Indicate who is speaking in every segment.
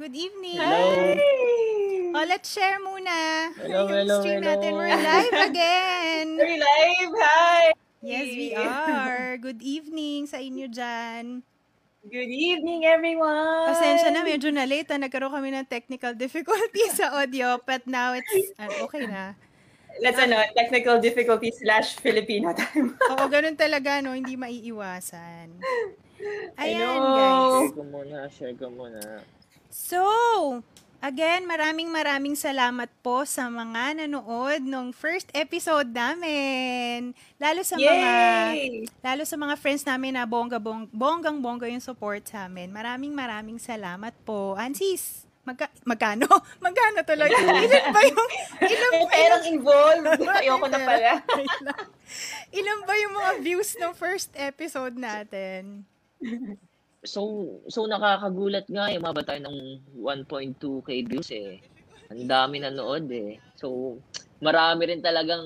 Speaker 1: Good evening.
Speaker 2: Hello.
Speaker 1: Oh, let's share muna.
Speaker 2: Hello,
Speaker 1: yung
Speaker 2: hello,
Speaker 1: stream
Speaker 2: hello.
Speaker 1: natin. We're live again.
Speaker 3: Very live! Hi!
Speaker 1: Yes, we are. Good evening sa inyo dyan.
Speaker 3: Good evening, everyone!
Speaker 1: Pasensya na, medyo na late. ah. Nagkaroon kami ng technical difficulty sa audio. But now it's ah, okay na.
Speaker 3: Let's ano, technical difficulty slash Filipino time.
Speaker 1: Oo, ganun talaga, no? Hindi maiiwasan.
Speaker 3: I
Speaker 1: Ayan,
Speaker 3: know.
Speaker 1: guys.
Speaker 2: Share ko muna, share ko muna.
Speaker 1: So, again, maraming maraming salamat po sa mga nanood nung first episode namin. Lalo sa mga
Speaker 3: Yay!
Speaker 1: lalo sa mga friends namin na bongga bong, bonggang bongga yung support sa amin. Maraming maraming salamat po. Ansis, magka, magkano? Magkano tuloy? Ilan ba yung ilan ba
Speaker 3: May
Speaker 1: yung
Speaker 3: perang involved. Ayoko
Speaker 1: eh,
Speaker 3: na pala.
Speaker 1: Wait lang. Ilan ba yung mga views ng first episode natin?
Speaker 2: So, so nakakagulat nga eh, umabot tayo ng 1.2k views eh. Ang dami nanood eh. So, marami rin talagang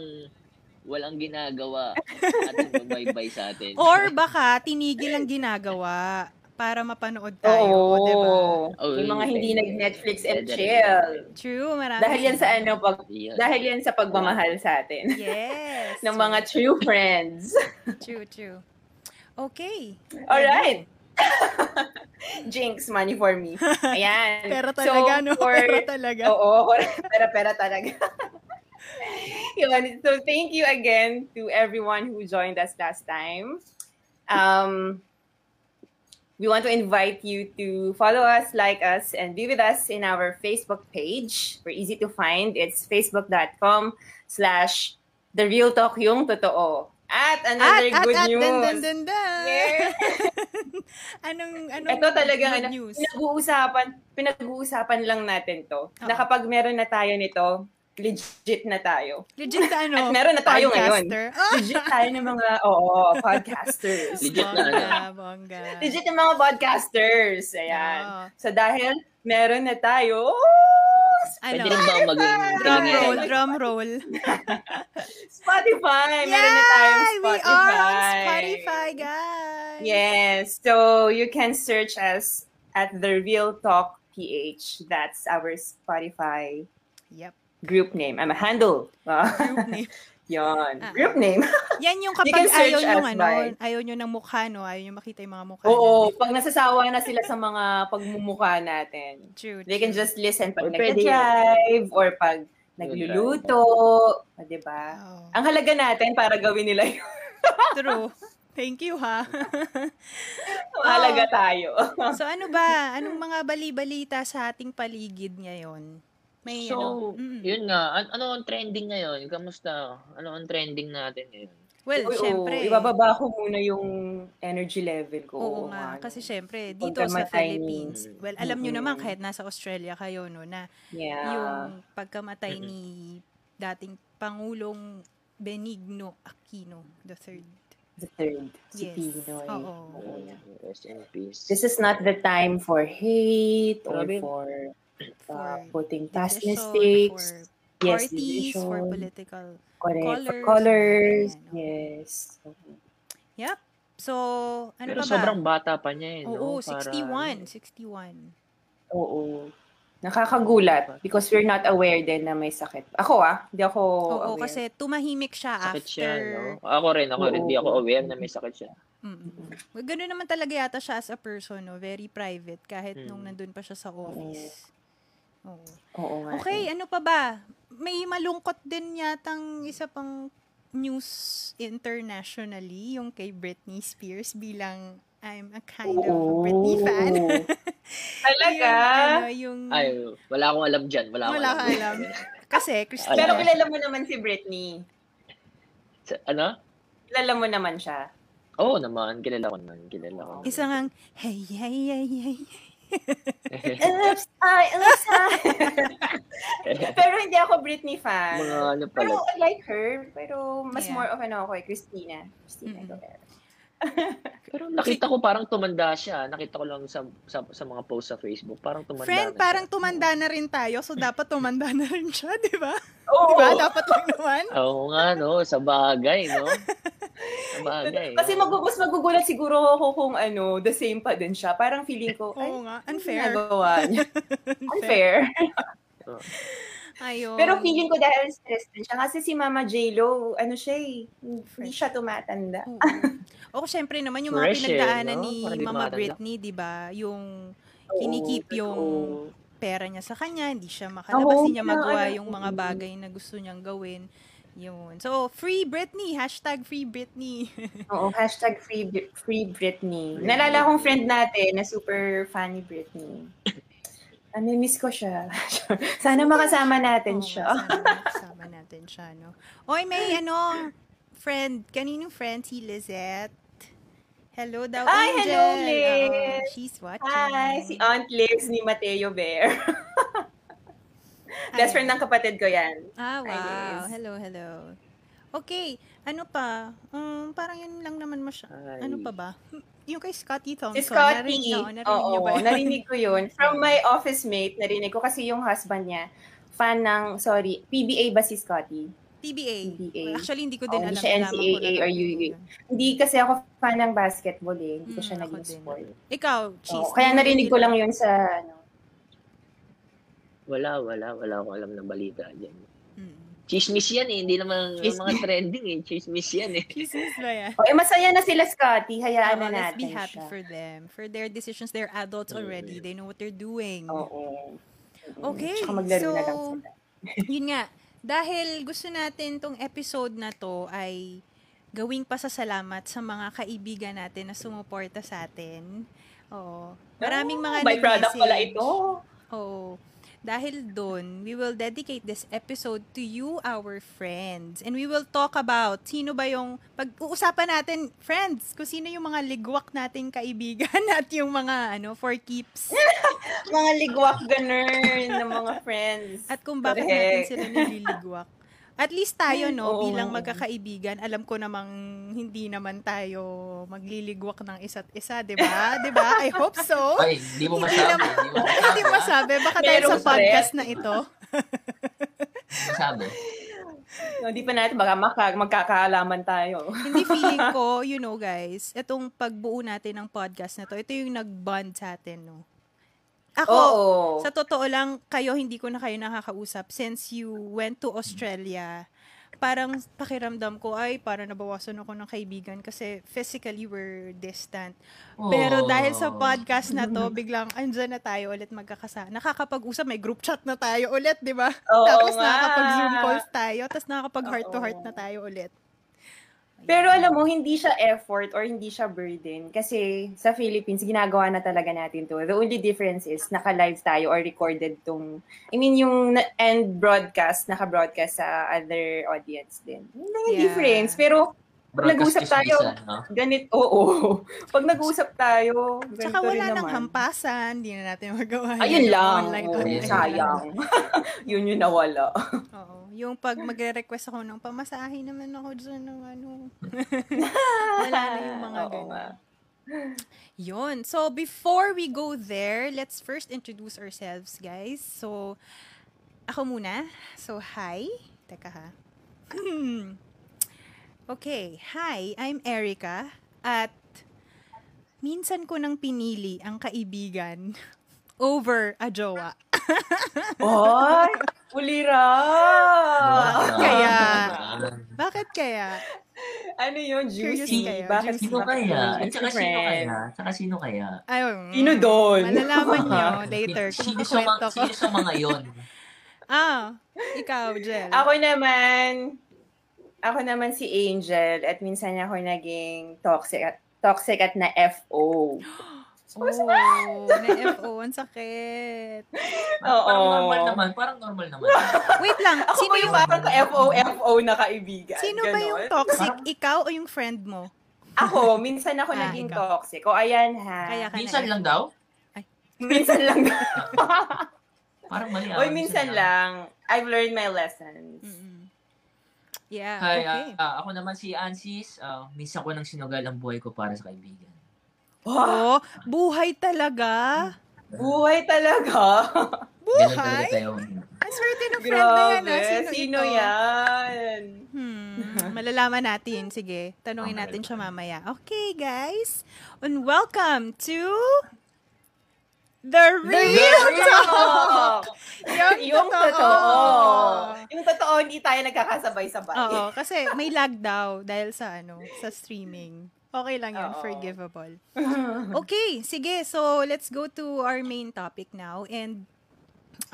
Speaker 2: walang ginagawa at sumabaybay sa atin.
Speaker 1: Or baka tinigil ang ginagawa para mapanood tayo, 'di ba?
Speaker 2: Oh,
Speaker 3: Yung mga hindi
Speaker 2: yeah.
Speaker 3: nag-Netflix and
Speaker 2: Yeah, yeah.
Speaker 3: chill.
Speaker 1: True, marami.
Speaker 3: Dahil yan sa ano, pag,
Speaker 2: Yeah.
Speaker 3: dahil yan sa pagmamahal sa atin.
Speaker 1: Yes.
Speaker 3: ng mga true friends.
Speaker 1: True, true. Okay.
Speaker 3: Alright. Jinx, money for me. Ayan.
Speaker 1: Pero talaga, no?
Speaker 3: for- Oh,
Speaker 1: Pero talaga.
Speaker 3: Oo, pera-pera talaga. Yun. So, thank you again to everyone who joined us last time. Um, we want to invite you to follow us, like us, and be with us in our Facebook page. We're easy to find. It's facebook.com slash the real talk yung totoo. At
Speaker 1: At,
Speaker 3: another
Speaker 1: at,
Speaker 3: good
Speaker 1: at,
Speaker 3: news.
Speaker 1: dan, dan, dan, dan.
Speaker 3: Yeah.
Speaker 1: anong, anong
Speaker 3: Ito talaga
Speaker 1: good
Speaker 3: ano,
Speaker 1: news?
Speaker 3: pinag-uusapan, pinag-uusapan lang natin 'to.
Speaker 1: Oo.
Speaker 3: Na kapag meron na tayo nito, legit na tayo.
Speaker 1: Legit na ano?
Speaker 3: At meron na tayo ngayon.
Speaker 1: podcaster. Ah!
Speaker 3: Legit tayo ng mga oo, podcasters.
Speaker 2: Legit na ano.
Speaker 1: Bongga, bongga.
Speaker 3: Legit ng mga podcasters. Ayan.
Speaker 1: Oo.
Speaker 3: So dahil meron na tayo,
Speaker 1: Ano?
Speaker 2: Pwede rin ba maging
Speaker 1: Drum roll,
Speaker 2: kalingin?
Speaker 1: drum roll.
Speaker 3: Spotify, meron na
Speaker 1: Yay!
Speaker 3: tayong
Speaker 1: We
Speaker 3: Spotify.
Speaker 1: are on Spotify, guys!
Speaker 3: Yes. So you can search us at The Real Talk PH. That's our Spotify
Speaker 1: Yep.
Speaker 3: group name. I'm a handle. Ah,
Speaker 1: Group name.
Speaker 3: Yon.
Speaker 1: Ah.
Speaker 3: Group name.
Speaker 1: Yan yung
Speaker 3: You
Speaker 1: kapag
Speaker 3: can search
Speaker 1: ayaw nyo,
Speaker 3: us
Speaker 1: ano,
Speaker 3: by-
Speaker 1: ayaw nyo ng mukha, no? Ayaw nyo makita yung mga mukha.
Speaker 3: Oo, pag nasasawa na sila sa mga pagmumukha natin.
Speaker 1: True,
Speaker 3: They can just listen pag
Speaker 2: Or pwede-
Speaker 3: nag-drive or pag nagluluto. O, di ba?
Speaker 1: Oh,
Speaker 3: Ang halaga natin para gawin
Speaker 1: Ah.
Speaker 3: nila yun.
Speaker 1: true. Thank you, ha?
Speaker 3: Mahalaga tayo.
Speaker 1: so, ano ba? Anong mga bali-balita sa ating paligid ngayon? May,
Speaker 2: So,
Speaker 1: ano? Mm.
Speaker 2: yun nga. An- ano ang trending ngayon? Kamusta? Ano ang trending natin ngayon?
Speaker 1: Well,
Speaker 3: Uy, oo,
Speaker 1: syempre.
Speaker 3: ibababa ko muna yung energy level ko.
Speaker 1: Oo nga,
Speaker 3: ano.
Speaker 1: kasi syempre,
Speaker 3: Huwag
Speaker 1: dito sa
Speaker 3: kamatay
Speaker 1: Philippines,
Speaker 2: ni-
Speaker 1: well, alam nyo
Speaker 3: Mm-mm.
Speaker 1: naman, kahit nasa Australia kayo, no, na
Speaker 3: yeah.
Speaker 1: yung pagkamatay
Speaker 2: Mm-mm.
Speaker 1: ni dating Pangulong Benigno Aquino the third.
Speaker 3: the third, si
Speaker 1: Yes.
Speaker 3: Pinoy.
Speaker 1: Oo.
Speaker 3: Oo nga.
Speaker 2: Rest in peace.
Speaker 3: This is not the time for hate or
Speaker 2: Grabe.
Speaker 3: for uh,
Speaker 1: For
Speaker 3: putting past
Speaker 1: division,
Speaker 3: mistakes.
Speaker 1: for parties,
Speaker 3: yes,
Speaker 1: for
Speaker 3: division.
Speaker 1: political.
Speaker 3: Correct. For
Speaker 1: Colors.
Speaker 3: colors.
Speaker 1: Ayan, oo.
Speaker 3: Yes.
Speaker 1: Yep. So, ano
Speaker 2: Pero
Speaker 1: pa ba?
Speaker 2: sobrang bata pa niya eh, no?
Speaker 1: Oo,
Speaker 2: Parang-
Speaker 1: 61. 61.
Speaker 3: Oo. Nakakagulat because we're not aware din na may sakit. Ako ah, hindi ako
Speaker 1: Oo,
Speaker 3: aware.
Speaker 1: kasi tumahimik siya
Speaker 2: Sakit
Speaker 1: after.
Speaker 2: siya, no? Ako rin, ako rin,
Speaker 3: Oo.
Speaker 2: di ako aware na may sakit siya.
Speaker 1: Mm-mm. Well, Ganun naman talaga yata siya as a person, no? Very private, kahit nung
Speaker 2: Mm.
Speaker 1: nandun pa siya sa office. Oo.
Speaker 3: Oo nga.
Speaker 1: Okay, ano pa ba? May malungkot din yatang isa pang news internationally, yung kay Britney Spears bilang I'm a
Speaker 3: eh.
Speaker 1: kind of a Britney fan.
Speaker 3: Oo. Talaga?
Speaker 1: Yung, ano, yung,
Speaker 2: Ay, wala akong alam dyan. Wala akong
Speaker 1: Wala
Speaker 2: alam.
Speaker 1: ka alam. Kasi, Christine,
Speaker 3: Pero
Speaker 2: Alam.
Speaker 3: kilala mo naman si Britney.
Speaker 2: Sa- ano?
Speaker 3: Kilala mo naman siya.
Speaker 2: Oo oh, naman, kilala ko naman, kilala ko.
Speaker 1: isa ngang, hey, hey, hey, hey.
Speaker 3: Oops, ay, oops, ah. ay. Pero hindi ako Britney fan.
Speaker 2: Mga ano pala.
Speaker 3: Pero I like her. Pero mas
Speaker 1: Yeah.
Speaker 3: more of ano ako kay Christina. Christina
Speaker 1: Mm-mm.
Speaker 3: Aguilera.
Speaker 2: Pero nakita ko parang tumanda siya. Nakita ko lang sa sa, sa mga post sa Facebook. Parang tumanda na
Speaker 1: Friend, parang
Speaker 2: siya.
Speaker 1: tumanda na rin tayo, so dapat tumanda na rin siya, di ba? Di
Speaker 3: Oo.
Speaker 1: ba? Dapat lang naman.
Speaker 2: Oo nga, no? Sa bagay, no?
Speaker 1: Ano
Speaker 2: Sabagay.
Speaker 3: Kasi mag mas magugulat siguro ako kung ano, the same pa din siya. Parang feeling ko, ay,
Speaker 1: Oo nga,
Speaker 3: ano
Speaker 1: unfair.
Speaker 3: ginagawa niya? Unfair.
Speaker 1: Ayun.
Speaker 3: Pero feeling ko dahil stress din siya. Kasi si Mama J-Lo, ano siya eh, hindi
Speaker 1: Fresh.
Speaker 3: siya tumatanda.
Speaker 1: Oo. O, syempre naman yung mga
Speaker 2: Fresh eh,
Speaker 1: pinagdaanan
Speaker 2: no?
Speaker 1: ni
Speaker 2: Parang di
Speaker 1: Mama
Speaker 2: matanda.
Speaker 1: Britney, di ba? Yung Kinikip
Speaker 2: Oo,
Speaker 1: yung
Speaker 2: oo.
Speaker 1: pera niya sa kanya, hindi siya makalabas,
Speaker 3: Oo,
Speaker 1: hindi niya
Speaker 3: kaya
Speaker 1: magawa
Speaker 3: ano-
Speaker 1: yung mga bagay na gusto niyang gawin. Yun. So, free Britney! Hashtag free Britney!
Speaker 3: Oo, hashtag free, Br- free Britney. Nalala kong friend natin na super fan ni Britney. Ano, miss ko siya. Sana makasama natin
Speaker 1: Oo,
Speaker 3: siya.
Speaker 1: sana Kasama natin siya, no? Oy, may ano, friend, kaninong friend? Si Lizette. Hello daw,
Speaker 3: Ay,
Speaker 1: Angel.
Speaker 3: hello,
Speaker 1: Oo,
Speaker 3: Liz.
Speaker 1: she's watching.
Speaker 3: Hi, si uh, Aunt Liz ni Mateo Bear. Best
Speaker 1: Ayan.
Speaker 3: friend ng kapatid ko yan.
Speaker 1: Ah,
Speaker 3: Hi,
Speaker 1: wow.
Speaker 3: Liz.
Speaker 1: Hello, hello. Okay, ano pa? Um, parang yun lang naman masya.
Speaker 2: Ay.
Speaker 1: Ano pa ba? Yung kay Scotty Thompson.
Speaker 3: Si Scotty.
Speaker 1: Um, narinig- oo, narinig niyo
Speaker 3: Oo,
Speaker 1: ba yun?
Speaker 3: narinig ko yun. From my office mate, narinig ko kasi yung husband niya, fan ng, sorry, PBA ba si Scotty?
Speaker 1: PBA.
Speaker 3: PBA.
Speaker 1: Well, Actually, hindi ko din
Speaker 3: Oo,
Speaker 1: alam.
Speaker 3: hindi siya
Speaker 1: Nalaman ko
Speaker 3: NCAA
Speaker 1: lang ano
Speaker 3: or
Speaker 1: yun.
Speaker 3: UAA. Hindi kasi ako fan ng basketball eh. Hindi ko
Speaker 1: Mm,
Speaker 3: siya
Speaker 1: ako
Speaker 3: naging
Speaker 1: din.
Speaker 3: sport.
Speaker 1: Ikaw, cheese.
Speaker 3: Oo, kaya narinig
Speaker 1: ah.
Speaker 3: ko lang yun sa, ano,
Speaker 2: Wala, wala, wala akong alam ng balita dyan.
Speaker 1: Mm.
Speaker 2: Chismis yan eh, hindi naman
Speaker 3: Chismis.
Speaker 2: mga trending eh. Chismis yan eh.
Speaker 1: Chismis ba yan?
Speaker 3: Oh, eh, masaya na sila, Scotty. Hayaan
Speaker 1: Oo,
Speaker 3: na
Speaker 1: Um, let's
Speaker 3: natin
Speaker 1: be happy
Speaker 3: siya.
Speaker 1: for them. For their decisions, they're adults
Speaker 2: Mm.
Speaker 1: already. They know what they're doing.
Speaker 3: Oo.
Speaker 1: Okay,
Speaker 3: Tsaka maglaro na lang
Speaker 1: so-
Speaker 3: sila.
Speaker 1: Yun nga. Dahil gusto natin tong episode na to ay gawing pasasalamat sa mga kaibigan natin na sumuporta sa atin. Oo. Maraming mga
Speaker 3: By product
Speaker 1: nag-message.
Speaker 3: pala ito.
Speaker 1: Oo. Dahil doon, we will dedicate this episode to you, our friends. And we will talk about sino ba yung, pag-uusapan natin, friends, kung sino yung mga ligwak nating kaibigan at yung mga, ano, for keeps.
Speaker 3: Mga ligwak ganun ng mga friends.
Speaker 1: At kung bakit natin
Speaker 3: Correct.
Speaker 1: sila nililigwak. At least tayo, no,
Speaker 3: Oo.
Speaker 1: bilang magkakaibigan, alam ko namang hindi naman tayo magliligwak ng isa't isa, di ba? Di ba? I hope so.
Speaker 4: Ay, hindi mo
Speaker 1: Hindi
Speaker 4: masabi.
Speaker 1: naman-
Speaker 4: Hindi
Speaker 1: Ay,
Speaker 4: mo masabi.
Speaker 1: Hindi masabi. Baka dahil
Speaker 3: Merong
Speaker 1: sa podcast na ito.
Speaker 4: Hindi masabi.
Speaker 3: No, di pa natin, baka maka- magkakaalaman tayo.
Speaker 1: Hindi feeling ko, you know guys, itong pagbuo natin ng podcast na to, ito yung nag-bond sa atin, no? Ako,
Speaker 3: Oo.
Speaker 1: sa totoo lang, kayo, hindi ko na kayo nakakausap since you went to Australia. Parang pakiramdam ko, ay, para nabawasan ako ng kaibigan kasi physically we're distant. Pero
Speaker 4: Oo.
Speaker 1: dahil sa podcast na to, biglang andyan na tayo ulit magkakasama. Nakakapag-usap, may group chat na tayo ulit, di ba?
Speaker 3: Oo
Speaker 1: tapos
Speaker 3: nga.
Speaker 1: nakakapag-zoom calls tayo, tapos nakakapag
Speaker 3: Oo.
Speaker 1: heart-to-heart na tayo ulit.
Speaker 3: Pero alam mo, hindi siya effort or hindi siya burden. Kasi sa Philippines, ginagawa na talaga natin to. The only difference is naka-live tayo or recorded tong... I mean, yung na- end broadcast, naka-broadcast sa other audience din. Yun lang yung
Speaker 1: Yeah.
Speaker 3: difference. Pero
Speaker 4: Broadcast
Speaker 3: Nag-usap tayo.
Speaker 4: chismisan, no?
Speaker 3: ganit, oo. Pag nag-usap tayo, ganito
Speaker 1: Tsaka wala
Speaker 3: rin
Speaker 1: nang
Speaker 3: naman.
Speaker 1: hampasan, hindi na natin magawa.
Speaker 3: Ayun
Speaker 1: yun,
Speaker 3: lang.
Speaker 1: online,
Speaker 3: Oo,
Speaker 1: online.
Speaker 3: sayang. yun yung nawala.
Speaker 1: Oo. Yung pag magre-request ako ng pamasahe naman ako dyan ng ano. wala na yung mga
Speaker 3: Oo
Speaker 1: ganun.
Speaker 3: nga.
Speaker 1: Yun. So, before we go there, let's first introduce ourselves, guys. So, ako muna. So, hi. Teka ha. okay. Hi, I'm Erica. At minsan ko nang pinili ang kaibigan over a jowa.
Speaker 3: Ay, ulira!
Speaker 1: Diba?
Speaker 4: Ah,
Speaker 1: Kaya,
Speaker 4: ah.
Speaker 1: Bakit kaya?
Speaker 3: Ano yun?
Speaker 1: Curious
Speaker 3: Juicy.
Speaker 1: kayo,
Speaker 3: Bakit
Speaker 1: juicy.
Speaker 4: Sino kaya? At saka sino
Speaker 3: Friend.
Speaker 4: kaya? At saka sino kaya?
Speaker 1: Ayun.
Speaker 3: Sino doon?
Speaker 1: Malalaman nyo
Speaker 4: Ah,
Speaker 1: Oh, later kung
Speaker 4: Sino sa mga,
Speaker 1: kukwento ko.
Speaker 4: sino sa mga yon?
Speaker 1: Ah, ikaw, Jel.
Speaker 3: Ako naman, ako naman si Angel at minsan ako naging toxic at toxic at na FO.
Speaker 1: Oh, na-FO. Ang sakit.
Speaker 4: Parang
Speaker 3: Oo.
Speaker 4: normal naman. Parang normal naman.
Speaker 1: Wait lang.
Speaker 3: Ako
Speaker 1: sino
Speaker 3: ba yung
Speaker 1: yung,
Speaker 3: parang FO, FO na kaibigan?
Speaker 1: sino ba yung
Speaker 3: Ganon.
Speaker 1: toxic? Ikaw o yung friend mo?
Speaker 3: Ako, minsan ako
Speaker 1: Ah,
Speaker 3: naging
Speaker 1: ikaw.
Speaker 3: toxic. O ayan ha.
Speaker 1: Kaya ka
Speaker 4: Minsan
Speaker 1: na.
Speaker 4: lang daw?
Speaker 3: Minsan lang.
Speaker 4: Parang mali. ah.
Speaker 3: o minsan lang. I've learned my lessons.
Speaker 1: Mm-mm. Yeah,
Speaker 4: Hi, ah,
Speaker 1: okay.
Speaker 4: ah, ako naman si Ansis. Ah, minsan ko nang sinugal ang buhay ko para sa kaibigan.
Speaker 3: Wow,
Speaker 1: oh, buhay talaga.
Speaker 3: buhay talaga.
Speaker 4: Ganun talaga
Speaker 1: Buhay?
Speaker 4: tayo.
Speaker 1: Ang swerte ng friend na yan.
Speaker 3: Grabe.
Speaker 1: ah. Sino,
Speaker 3: Sino
Speaker 1: ito?
Speaker 3: yan?
Speaker 1: Hmm. Mm, malalaman natin. Sige, tanungin natin siya mamaya. Okay, guys. And welcome to... The Real Talk! Yung,
Speaker 3: Yung totoo. Yung totoo, hindi tayo nagkakasabay-sabay.
Speaker 1: Oo, kasi may lag daw dahil sa ano, sa streaming. Okay lang yun,
Speaker 3: Oo.
Speaker 1: forgivable. Okay, sige. So, let's go to our main topic now. And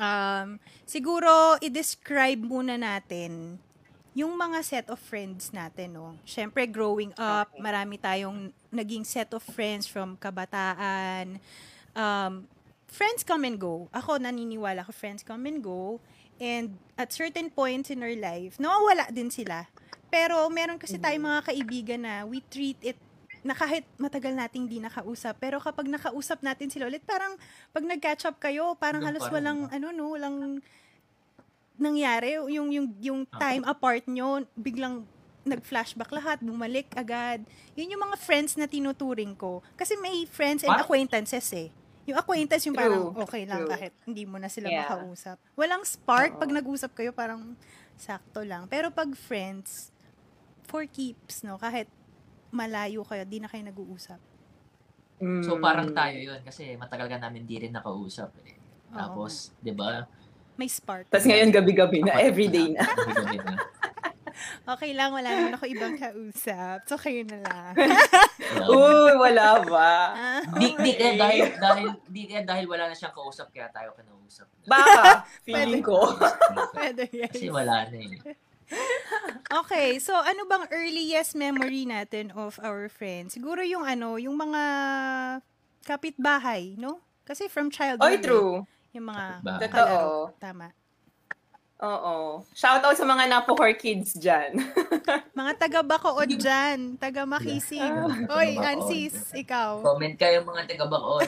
Speaker 1: um, siguro, i-describe muna natin yung mga set of friends natin, no? Siyempre, growing up,
Speaker 3: Okay.
Speaker 1: marami tayong naging set of friends from kabataan. Um, friends come and go. Ako, naniniwala ko, friends come and go. And at certain points in our life, nawawala din sila. Pero meron kasi tayong mga kaibigan na we treat it na kahit matagal nating di nakausap, pero kapag nakausap natin sila ulit, parang pag nag-catch up kayo, parang
Speaker 4: Hanggang
Speaker 1: halos
Speaker 4: parang
Speaker 1: walang, ano no, walang nangyari. Yung, yung, yung time apart nyo, biglang nag-flashback lahat, bumalik agad. Yun yung mga friends na tinuturing ko. Kasi may friends and
Speaker 4: Parang-
Speaker 1: acquaintances eh. Yung acquaintance yung parang
Speaker 3: True.
Speaker 1: okay lang
Speaker 3: True.
Speaker 1: kahit hindi mo na sila
Speaker 3: Yeah.
Speaker 1: makausap. Walang spark
Speaker 3: Oo.
Speaker 1: pag nag-usap kayo, parang sakto lang. Pero pag friends, for keeps, no? Kahit malayo kayo, di na kayo nag-uusap.
Speaker 4: Mm. So
Speaker 1: Hmm.
Speaker 4: parang tayo yun kasi matagal ka namin di rin nakausap eh.
Speaker 1: Oo.
Speaker 4: Tapos, di ba?
Speaker 1: May spark.
Speaker 3: Tapos ngayon, gabi-gabi na, everyday na.
Speaker 4: Gabi-gabi na.
Speaker 1: Okay lang, wala naman ako ibang kausap. So, kayo na lang.
Speaker 4: Oo.
Speaker 3: Uy, wala ba?
Speaker 1: Ah,
Speaker 4: Di, di kaya dahil, dahil, di kaya dahil wala na siyang kausap kaya tayo kinausap.
Speaker 3: Baka, feeling ko.
Speaker 1: pwede guys.
Speaker 4: Kasi wala na eh.
Speaker 1: Okay, so ano bang earliest memory natin of our friends? Siguro yung ano, yung mga kapitbahay, no? Kasi from childhood.
Speaker 3: Oy, true.
Speaker 1: eh, Yung mga
Speaker 4: Kapitbahay.
Speaker 1: kalaro.
Speaker 3: Totoo.
Speaker 1: Tama.
Speaker 3: Oo. Shout out sa mga napokor kids dyan.
Speaker 1: Mga taga Bacood dyan, taga Makisig.
Speaker 4: Yeah.
Speaker 3: Ah.
Speaker 1: Oy,
Speaker 4: Taga Bacood.
Speaker 1: Ansis, ikaw.
Speaker 4: Comment kayo mga taga-Bacoor.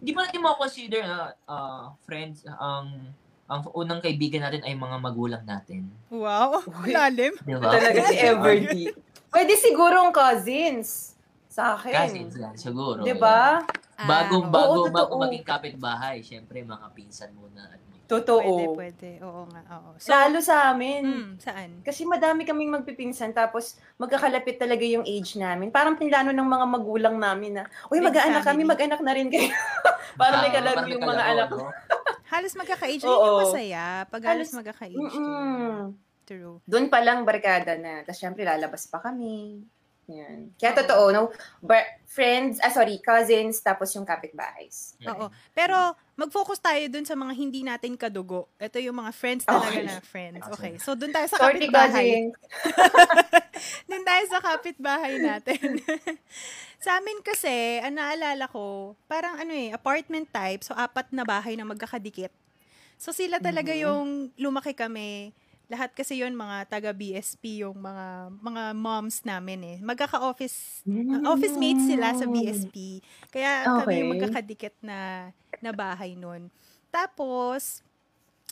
Speaker 4: Di ba natin consider na ah, friends, ang ang unang kaibigan natin ay mga magulang natin.
Speaker 1: Wow,
Speaker 3: Uy.
Speaker 1: lalim.
Speaker 4: Di ba?
Speaker 3: Talaga si
Speaker 4: Ah,
Speaker 3: Everdy. Pwede siguro ang cousins. Sa akin.
Speaker 4: Cousins yan, siguro.
Speaker 3: Di ba?
Speaker 1: Ah,
Speaker 4: Bagong,
Speaker 1: oo.
Speaker 4: bago,
Speaker 3: oo,
Speaker 4: bago
Speaker 3: totoo.
Speaker 4: maging kapitbahay, syempre mga pinsan muna. At mga-
Speaker 1: Pwede,
Speaker 3: Totoo.
Speaker 1: pwede. Oo nga, oo. So,
Speaker 3: Lalo sa amin.
Speaker 1: mm, saan?
Speaker 3: Kasi madami kaming magpipinsan tapos magkakalapit talaga yung age namin. Parang pinlano ng mga magulang namin na, uy,
Speaker 1: Big
Speaker 3: mag-anak kami,
Speaker 1: family."
Speaker 3: mag-anak na rin kayo. Parang may
Speaker 4: Ah,
Speaker 3: kalaro
Speaker 4: parang may
Speaker 3: yung mga
Speaker 4: kalaro,
Speaker 3: anak.
Speaker 4: no?
Speaker 1: Halos magkaka-age. Yun yung
Speaker 3: Oo.
Speaker 1: masaya. Pag halos,
Speaker 3: Halos-
Speaker 1: magkaka-age.
Speaker 3: Mm-mm.
Speaker 1: True.
Speaker 3: Doon pa lang barkada na. Tapos syempre lalabas pa kami. Yan. Kaya totoo, no? Bar- friends, ah sorry, cousins, tapos yung kapitbahays.
Speaker 1: Oo. Pero mag-focus tayo dun sa mga hindi natin kadugo. Ito yung mga friends talaga
Speaker 3: Okay.
Speaker 1: na friends. Okay. So dun tayo sa
Speaker 3: Sorry,
Speaker 1: kapitbahay.
Speaker 3: cousins.
Speaker 1: Dun tayo sa kapitbahay natin. sa amin kasi, ang naalala ko, parang ano eh, apartment type. So apat na bahay na magkakadikit. So sila talaga
Speaker 3: Mhm.
Speaker 1: yung lumaki kami. Lahat kasi yon mga taga BSP yung mga mga moms namin eh. Magkaka-office Uh, office mates sila
Speaker 3: Mm.
Speaker 1: sa BSP. Kaya kami yung
Speaker 3: Okay.
Speaker 1: magkakadikit na, na bahay nun. Tapos,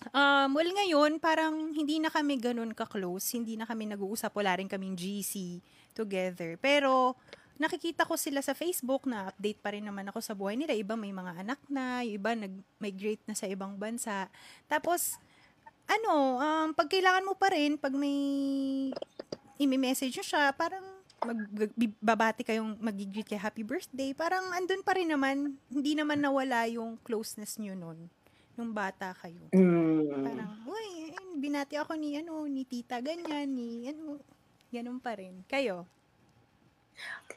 Speaker 1: um, well ngayon, parang hindi na kami ganun ka-close. Hindi na kami nag-uusap. Wala rin kaming GC together. Pero, nakikita ko sila sa Facebook na update pa rin naman ako sa buhay nila. Iba may mga anak na, yung iba nag-migrate na sa ibang bansa. Tapos, ano, um, pag kailangan mo pa rin, pag may imi-message mo siya, parang magbabati kayong magigreet kay happy birthday, parang andun pa rin naman, hindi naman nawala yung closeness nyo nun, nung bata kayo.
Speaker 3: Mm.
Speaker 1: Parang, uy, ayun, binati ako ni, ano, ni tita, ganyan, ni, ano, ganun pa rin. Kayo?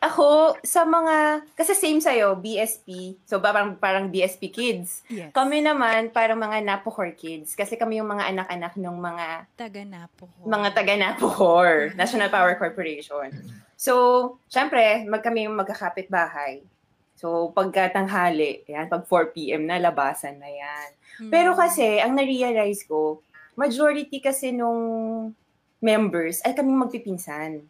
Speaker 3: Ako, sa mga, kasi same sa'yo, BSP. So, ba- parang, parang BSP kids.
Speaker 1: Yes.
Speaker 3: Kami naman, parang mga Napohor kids. Kasi kami yung mga anak-anak ng mga
Speaker 1: Taga na po.
Speaker 3: mga taga Napohor, National Power Corporation. So, syempre, mag kami yung magkakapit bahay. So, pagkatanghali, yan, pag 4 p.m. na, labasan na yan.
Speaker 1: Mm.
Speaker 3: Pero kasi, ang na-realize ko, majority kasi nung members ay kaming magpipinsan.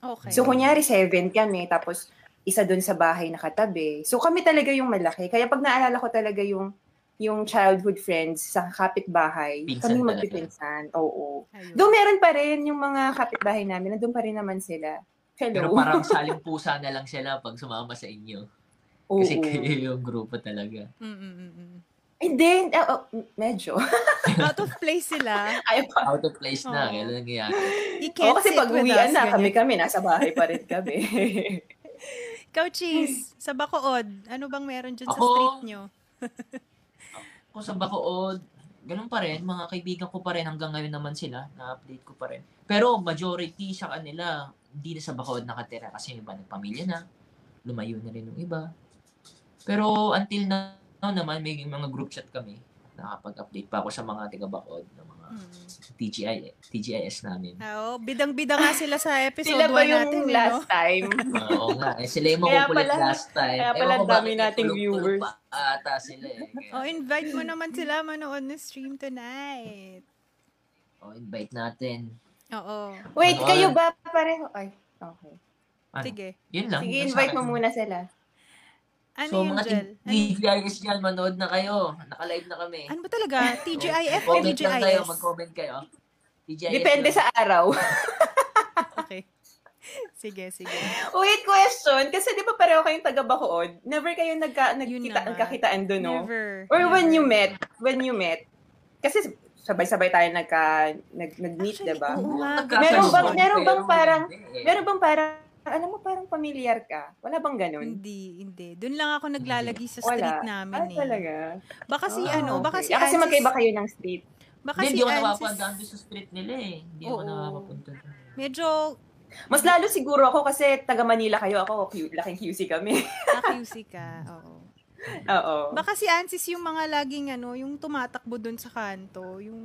Speaker 1: okay.
Speaker 3: So, kunyari, seven kami, tapos isa doon sa bahay nakatabi. So, kami talaga yung malaki. Kaya pag naalala ko talaga yung yung childhood friends sa kapitbahay,
Speaker 4: Pinsan
Speaker 3: kami
Speaker 4: talaga.
Speaker 3: magpipinsan. Oo.
Speaker 1: Ayun.
Speaker 3: Doon meron pa rin yung mga kapitbahay namin, nandun pa rin naman sila. Hello.
Speaker 4: Pero parang saling pusa na lang sila pag sumama sa inyo.
Speaker 3: Oo.
Speaker 4: Kasi kayo yung grupo talaga.
Speaker 1: Mm, mm, mm, mm.
Speaker 3: And then, ah, oh, medyo.
Speaker 1: Out of place sila.
Speaker 3: Ayaw pa.
Speaker 4: Out of place
Speaker 1: Oo.
Speaker 4: na. Kailan nangyayari?
Speaker 1: You
Speaker 3: Oo,
Speaker 1: can't
Speaker 3: kasi
Speaker 1: sit
Speaker 3: pag
Speaker 1: with
Speaker 3: uwian
Speaker 1: us,
Speaker 3: na, kami
Speaker 1: ganyan.
Speaker 3: kami, nasa bahay pa rin kami.
Speaker 1: Ikaw, Cheese, sa Bacood, ano bang meron dyan sa
Speaker 4: Ako?
Speaker 1: street nyo?
Speaker 4: Kung sa Bacood, ganun pa rin. Mga kaibigan ko pa rin. Hanggang ngayon naman sila. Na-update ko pa rin. Pero majority sa kanila, hindi na sa Bacood nakatira. Kasi yung iba nagpamilya na. Lumayo na rin yung iba. Pero until now naman, may mga group chat kami. Nakapag-update pa ako sa mga taga Bacood. Ng mga
Speaker 1: Mm.
Speaker 3: Hmm.
Speaker 4: TGI, TGIS namin.
Speaker 1: Oo, bidang-bida nga sila sa episode
Speaker 3: Sila
Speaker 1: 1
Speaker 3: ba yung
Speaker 1: natin, eh,
Speaker 3: last
Speaker 1: no?
Speaker 3: time?
Speaker 4: Oo nga. Eh, sila yung
Speaker 3: Kaya
Speaker 4: makukulit
Speaker 3: pala-
Speaker 4: last time.
Speaker 3: kaya pala
Speaker 4: Ewan ko
Speaker 3: dami
Speaker 4: bakit
Speaker 3: nating
Speaker 4: tulog-tulog
Speaker 3: viewers.
Speaker 4: pa ata sila eh. Kaya,
Speaker 1: Oh, invite mo naman sila manood ng stream tonight.
Speaker 4: oh, invite natin.
Speaker 1: Oo.
Speaker 3: Wait,
Speaker 4: Ano?
Speaker 3: kayo ba pareho? Ay, okay.
Speaker 4: Ano?
Speaker 1: Sige.
Speaker 4: Yun lang.
Speaker 3: Sige,
Speaker 4: Yun sa
Speaker 3: invite mo
Speaker 4: akin.
Speaker 3: muna sila.
Speaker 1: Ano
Speaker 4: so,
Speaker 1: yung
Speaker 4: mga
Speaker 1: Jel? Ano,
Speaker 4: TGIS dyan, manood na kayo. Naka-live na kami.
Speaker 1: ano ba talaga? TGIF
Speaker 4: Oh,
Speaker 1: o
Speaker 4: Comment lang kayo,
Speaker 1: TGIS?
Speaker 4: mag-comment kayo. TGIS
Speaker 3: Depende
Speaker 4: yun.
Speaker 3: sa araw.
Speaker 1: Okay. Sige, sige.
Speaker 3: Wait, question. Kasi di ba pareho kayong taga Bacood? Never kayo nagka, nagkita,
Speaker 1: nga.
Speaker 3: nagkakitaan doon, no?
Speaker 1: Never.
Speaker 3: Or
Speaker 1: never.
Speaker 3: when you met, when you met, kasi sabay-sabay tayo nagka, nag, nag-meet,
Speaker 1: Actually,
Speaker 3: di ba?
Speaker 1: oo nga.
Speaker 4: Nagkakaroon.
Speaker 3: Meron bang-
Speaker 1: Nagkakaroon.
Speaker 3: meron bang
Speaker 4: Pero
Speaker 3: parang-
Speaker 4: hindi eh.
Speaker 3: Meron bang parang, alam mo, parang familiar ka? Wala bang ganun?
Speaker 1: Hindi, hindi. Doon lang ako naglalagi sa street
Speaker 3: Wala.
Speaker 1: namin
Speaker 3: Ah,
Speaker 1: eh.
Speaker 3: talaga?
Speaker 1: Baka si
Speaker 3: Ah,
Speaker 1: ano, baka
Speaker 3: okay.
Speaker 1: si
Speaker 3: Ah, kasi
Speaker 1: Ansis-
Speaker 3: magkaiba kayo ng street.
Speaker 1: Baka
Speaker 4: Hindi,
Speaker 1: si
Speaker 4: hindi ako
Speaker 1: Ansis.
Speaker 4: nakapunta doon sa street nila eh. Hindi ako
Speaker 1: Oo.
Speaker 4: nakapunta doon.
Speaker 1: Medyo
Speaker 3: Mas lalo siguro ako kasi taga Manila kayo. Ako, Q, laking QC kami.
Speaker 1: accuse ka. Oo.
Speaker 3: Oo.
Speaker 1: Baka si Ansis yung mga laging ano, yung tumatakbo doon sa kanto, yung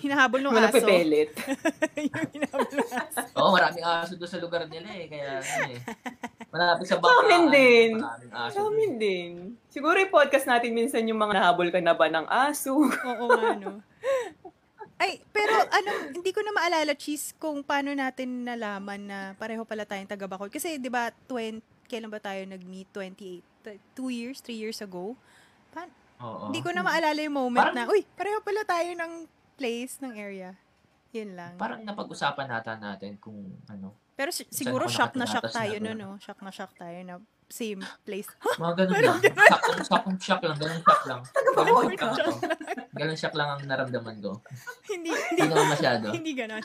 Speaker 1: hinahabol ng
Speaker 3: Walang
Speaker 1: aso.
Speaker 3: pipelit.
Speaker 1: yung hinahabol ng aso.
Speaker 4: Oo, oh, maraming aso doon sa lugar nila eh. Kaya ano eh. Malapit sa bangka.
Speaker 3: Amin din.
Speaker 4: Maraming aso.
Speaker 3: Amin din. Siguro yung podcast natin minsan yung mga nahabol ka na ba ng aso.
Speaker 1: Oo nga, no. Ay, pero ano, hindi ko na maalala, Cheese, kung paano natin nalaman na pareho pala tayong taga Bacolod. Kasi, di ba, 20, kailan ba tayo nag-meet? 28, t- two years, three years ago?
Speaker 4: Oo.
Speaker 1: Hindi ko na maalala yung moment
Speaker 4: Oh.
Speaker 1: na,
Speaker 4: Parang-
Speaker 1: uy, pareho pala tayo ng place, ng area. Yun lang.
Speaker 4: Parang napag-usapan nata natin kung ano.
Speaker 1: Pero si-
Speaker 4: Saan
Speaker 1: siguro
Speaker 4: ako
Speaker 1: shock na
Speaker 4: nakatira,
Speaker 1: shock
Speaker 4: tas
Speaker 1: tayo
Speaker 4: nabula.
Speaker 1: no, no? Shock na shock tayo na same place.
Speaker 4: Mga ganun lang. Sakong, sakong shock lang. Ganun shock lang. Ganun shock lang ako. Ganun shock lang ang naramdaman ko.
Speaker 1: hindi,
Speaker 4: Hindi
Speaker 1: hindi,
Speaker 4: naman masyado.
Speaker 1: hindi ganon.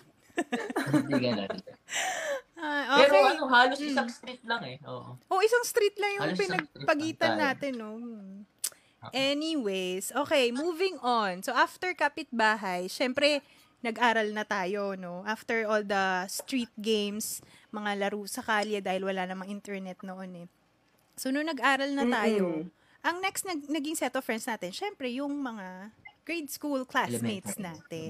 Speaker 4: Hindi ganun.
Speaker 1: Ah,
Speaker 4: Pero
Speaker 1: okay.
Speaker 4: ano, halos isang street lang eh. Oo.
Speaker 1: O, Oh, isang street lang yung
Speaker 4: Halos isang street lang
Speaker 1: pinagpagitan
Speaker 4: tayo.
Speaker 1: natin, no? Hmm. Anyways, okay, moving on. So, after kapitbahay, syempre, nag-aral na tayo, no? After all the street games, mga laro sa kalye dahil wala namang internet noon, eh. So, nung nag-aral na tayo,
Speaker 3: Mm-mm.
Speaker 1: ang next nag- naging set of friends natin, syempre, yung mga grade school classmates
Speaker 4: Elementary.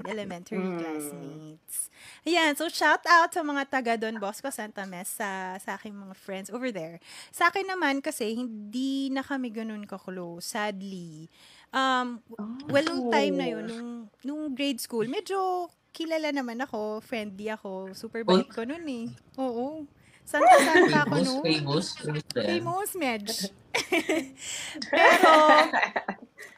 Speaker 1: natin, elementary
Speaker 3: Mm.
Speaker 1: classmates. Ayan, so shout out sa mga taga Don Bosco Santa Mesa sa aking mga friends over there. Sa akin naman kasi hindi na kami ganun ka-close, sadly. Um,
Speaker 3: Ah,
Speaker 1: well, nung time na yun, nung, nung grade school, medyo kilala naman ako, friendly ako, super bait ko nun eh. Oo. Santa-santa ako nun.
Speaker 4: Famous, famous, famous. na yan.
Speaker 1: Famous match. Pero,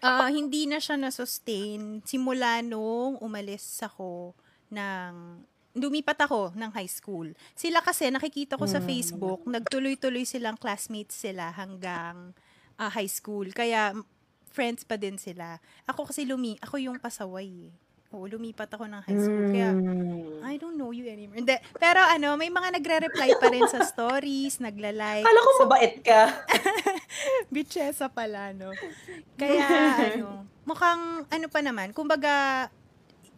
Speaker 1: ah, hindi na siya na-sustain simula nung umalis ako ng lumipat ako ng high school. Sila kasi, nakikita ko
Speaker 3: Hmm.
Speaker 1: sa Facebook, nagtuloy-tuloy silang classmates sila hanggang ah, high school. Kaya, m- friends pa din sila. Ako kasi lumi, ako yung pasaway eh. Oo, lumipat ako ng high school. Kaya,
Speaker 3: Mm.
Speaker 1: I don't know you anymore. Hindi. Pero ano, may mga nagre-reply pa rin sa stories, nagla-like.
Speaker 3: Kala ko mabait ka.
Speaker 1: Bitchesa pala, no? Kaya, ano, mukhang, ano pa naman, kumbaga,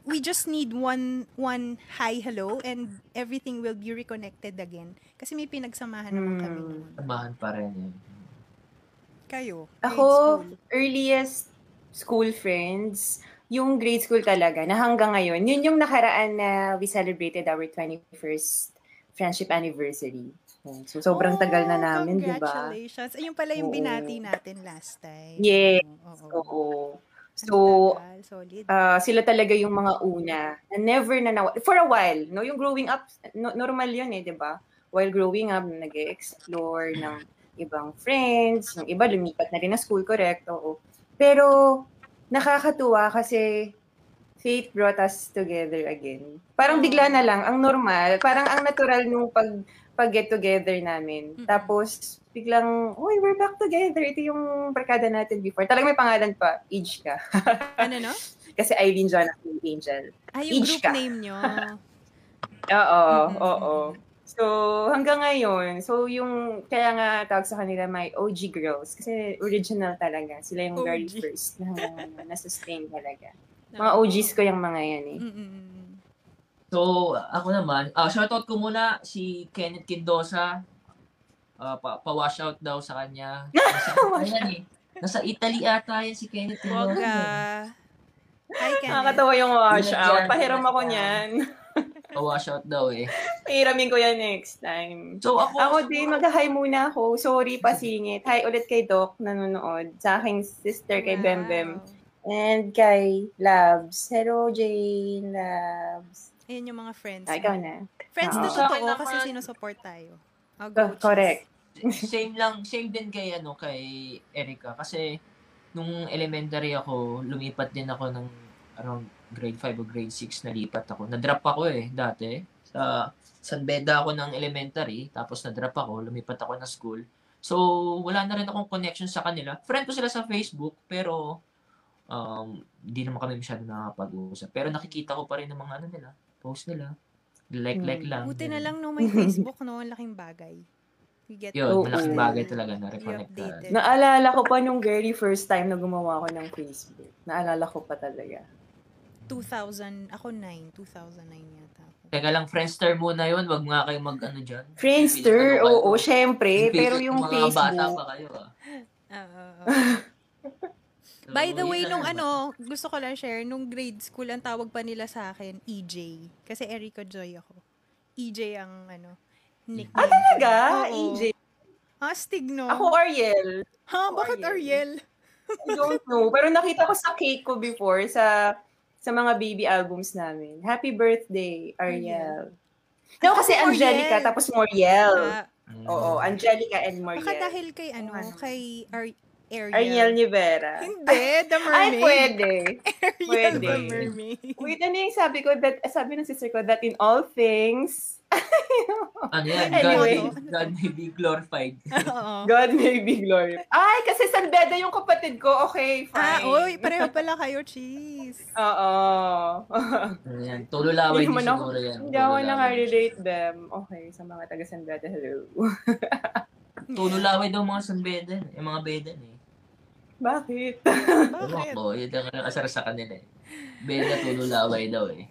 Speaker 1: we just need one one hi hello and everything will be reconnected again kasi may pinagsamahan naman
Speaker 3: Hmm.
Speaker 1: kami noon
Speaker 4: Samahan pa rin eh. yun.
Speaker 1: kayo grade
Speaker 3: Ako,
Speaker 1: school.
Speaker 3: earliest school friends, yung grade school talaga, na hanggang ngayon, yun yung nakaraan na we celebrated our 21st friendship anniversary. So, sobrang
Speaker 1: Oh,
Speaker 3: tagal na namin, di ba?
Speaker 1: congratulations ayun pala yung
Speaker 3: Oo.
Speaker 1: binati natin last time
Speaker 3: Yes.
Speaker 1: oo, oo.
Speaker 3: Oo.
Speaker 1: Ang
Speaker 3: So,
Speaker 1: tagal, solid
Speaker 3: ah, sila talaga yung mga una na never na nawa- For a while, no? Yung growing up, no- normal yun eh, di ba? While growing up, nag explore ng ibang friends, ng iba lumipat na rin na school, correct? Oo. Pero, nakakatuwa kasi fate brought us together again. Parang bigla na lang, ang normal, parang ang natural nung pag pag-get together namin.
Speaker 1: Mm-mm.
Speaker 3: Tapos, biglang, uy, we're back together. Ito yung barkada natin before. Talagang may pangalan pa, age ka.
Speaker 1: ano no
Speaker 3: Kasi Eileen John ang Blue Angel.
Speaker 1: Ay, yung
Speaker 3: Each
Speaker 1: group
Speaker 3: ka.
Speaker 1: name nyo.
Speaker 3: Oo,
Speaker 1: Mhm.
Speaker 3: oo. So, hanggang ngayon, so yung, kaya nga tawag sa kanila may OG girls. Kasi original talaga. Sila yung very
Speaker 1: OG.
Speaker 3: first na hanggang ngayon, na-sustain talaga. Mga OGs ko yung mga yan eh.
Speaker 1: Mm-mm.
Speaker 4: So, ako naman, ah shoutout ko muna si Kenneth Kindosa. Ah, pa pa-washout daw sa kanya. Nasa, ayan eh. Nasa Italy ata yan si Kenneth eh.
Speaker 1: Huwag
Speaker 4: Kindosa.
Speaker 1: ka. Hi, Kenneth.
Speaker 3: Nakakatawa yung wash
Speaker 4: Yan,
Speaker 3: out. Pahiram ako
Speaker 4: yan.
Speaker 3: niyan.
Speaker 4: Pa-washout daw eh.
Speaker 3: Pahiramin ko yan next time.
Speaker 4: So, ako,
Speaker 3: Ako din, mag-hi muna ako. Sorry, pasingit. Hi ulit kay Doc, nanonood. Sa aking sister, kay Bembem.
Speaker 1: Wow.
Speaker 3: And kay Labs. Hello, Jane Labs.
Speaker 1: Ayan yung mga friends. mo.
Speaker 3: Ah, ikaw na.
Speaker 1: Friends na
Speaker 4: Ah.
Speaker 3: Oo.
Speaker 1: totoo
Speaker 4: Sa akin
Speaker 1: kasi
Speaker 4: naman-
Speaker 1: sinusupport tayo. Oh,
Speaker 3: Co- correct.
Speaker 4: same lang, same din kay ano kay Erica kasi nung elementary ako, lumipat din ako ng around grade 5 o grade 6 nalipat ako. Na-drop ako eh dati sa San Beda ako ng elementary, tapos na-drop ako, lumipat ako ng school. So, wala na rin akong connection sa kanila. Friend ko sila sa Facebook, pero um, di naman kami masyado nakakapag-uusap. Pero nakikita ko pa rin ng mga ano nila, post nila. Like, like lang.
Speaker 1: Hmm, Buti na
Speaker 4: ganun.
Speaker 1: lang no may Facebook no, ang laking bagay. We get
Speaker 4: Yun,
Speaker 3: Oo.
Speaker 4: malaking bagay talaga na
Speaker 1: Be
Speaker 4: reconnected.
Speaker 1: updated.
Speaker 3: Naalala ko pa nung girly first time na gumawa ako ng Facebook. Naalala ko pa talaga.
Speaker 1: 2000, ako 9, 2009 yata. ako.
Speaker 4: Teka lang, Friendster muna yun. Wag nga kayo mag ano dyan. Ano
Speaker 3: Friendster,
Speaker 4: kayo?
Speaker 3: oo, syempre. Pero yung
Speaker 4: Mga bata pa
Speaker 3: Facebook,
Speaker 4: kayo ah.
Speaker 1: Oo, oo.
Speaker 4: So,
Speaker 1: Ah, By the
Speaker 4: yun
Speaker 1: way,
Speaker 4: na
Speaker 1: nung
Speaker 4: lang.
Speaker 1: ano, gusto ko lang share, nung grade school, ang tawag pa nila sa akin, EJ. Kasi Erica Joy ako. EJ ang ano, nickname.
Speaker 4: Ah,
Speaker 3: talaga,
Speaker 1: Oo. Ah,
Speaker 3: EJ.
Speaker 1: Astig, no?
Speaker 3: Ako, Ariel.
Speaker 1: ha, bakit Ariel?
Speaker 3: Ariel. I don't know. Pero nakita ko sa cake ko before sa sa mga baby albums namin. Happy birthday, Ariel. No, kasi
Speaker 1: Ako,
Speaker 3: Angelica,
Speaker 1: Moriel.
Speaker 3: tapos Moriel.
Speaker 1: Ah,
Speaker 4: Mm.
Speaker 3: Oo, ano? Angelica and
Speaker 1: baka
Speaker 3: Moriel.
Speaker 1: dahil kay ano,
Speaker 3: Oh, Ano?
Speaker 1: kay Ar- Ariel.
Speaker 3: Ariel Nivera.
Speaker 1: Hindi, the mermaid.
Speaker 3: Ay, pwede.
Speaker 1: Ariel
Speaker 3: pwede.
Speaker 1: the mermaid.
Speaker 3: Wait, ano yung sabi ko? That, sabi ng sister ko, that in all things,
Speaker 4: Ano yan?
Speaker 3: Anyway.
Speaker 4: God, God may be glorified.
Speaker 1: Oo.
Speaker 3: God may be glorified. Ay, kasi San Beda yung kapatid ko. Okay,
Speaker 1: Ah,
Speaker 3: fine.
Speaker 1: oy, pareho pala kayo, cheese.
Speaker 3: Oo.
Speaker 4: Ano yan? Tululaway
Speaker 3: Hindi
Speaker 4: din
Speaker 3: naman ako-
Speaker 4: siguro yan.
Speaker 3: Hindi ako
Speaker 4: Tululaway.
Speaker 3: nakarelate them. Okay, sa mga taga San Beda, hello.
Speaker 4: Tululaway daw mga sunbeden. Yung mga beden eh.
Speaker 3: Bakit?
Speaker 1: Bakit?
Speaker 4: Ako, yun ang nakasar sa kanila eh. Beda tululaway daw eh.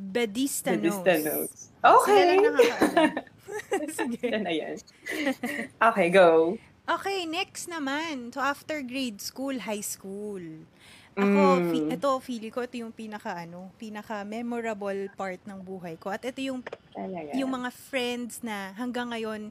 Speaker 1: Bedista
Speaker 3: The
Speaker 1: knows.
Speaker 3: distant notes.
Speaker 1: Sila
Speaker 3: Okay.
Speaker 1: lang nakakaalam. Sige.
Speaker 3: Yan na yan. Okay, go.
Speaker 1: Okay, next naman. So, after grade school, high school. Ako,
Speaker 3: Mm.
Speaker 1: fi- ito, feeling ko, ito yung pinaka, ano, pinaka memorable part ng buhay ko. At ito yung
Speaker 3: Talaga.
Speaker 1: yung mga friends na hanggang ngayon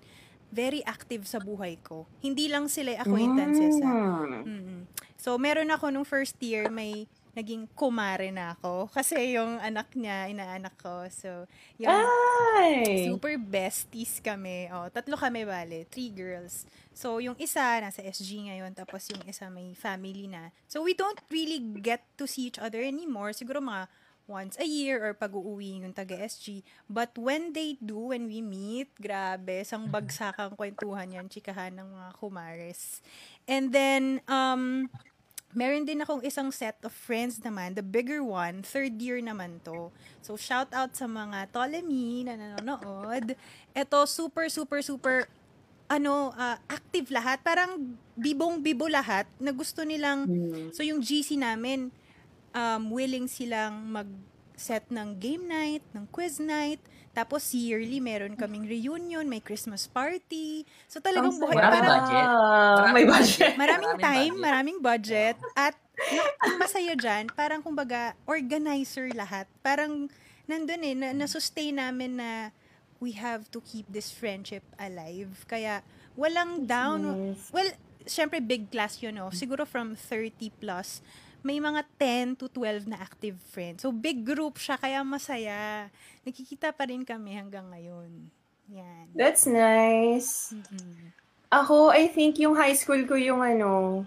Speaker 1: very active sa buhay ko. Hindi lang sila yung acquaintances. ah.
Speaker 3: Mm.
Speaker 1: Mm-mm. So, meron ako nung first year, may naging kumare na ako. Kasi yung anak niya, inaanak ko. So, yung
Speaker 3: Ah, Ay!
Speaker 1: super besties kami. O, tatlo kami bale, three girls. So, yung isa nasa SG ngayon, tapos yung isa may family na. So, we don't really get to see each other anymore. Siguro mga once a year or pag uuwi yung taga-SG. But when they do, when we meet, grabe, isang bagsakang kwentuhan yan, chikahan ng mga kumares. And then, um, meron din akong isang set of friends naman, the bigger one, third year naman to. So, shout out sa mga Ptolemy na nanonood. Eto, super, super, super, ano, ah, active lahat. Parang bibong-bibo lahat na gusto nilang,
Speaker 3: Mm.
Speaker 1: so yung GC namin, um, willing silang mag set ng game night, ng quiz night, tapos yearly meron kaming reunion, may Christmas party. So talagang
Speaker 3: Ang
Speaker 1: buhay
Speaker 3: saya.
Speaker 4: Maraming
Speaker 1: parang
Speaker 4: budget.
Speaker 3: Ah, May budget.
Speaker 1: Maraming
Speaker 4: Maraming
Speaker 1: time,
Speaker 4: budget.
Speaker 1: maraming budget. At na- ang masaya dyan, parang kumbaga, organizer lahat. Parang nandun eh, na, sustain namin na we have to keep this friendship alive. Kaya walang down.
Speaker 3: Yes.
Speaker 1: Well, syempre big class yun oh. Siguro from 30 plus, may mga 10 to 12 na active friends. So big group siya, kaya masaya. Nakikita pa rin kami hanggang ngayon. Yan.
Speaker 3: That's nice.
Speaker 1: Mm-mm.
Speaker 3: Ako, I think yung high school ko yung ano,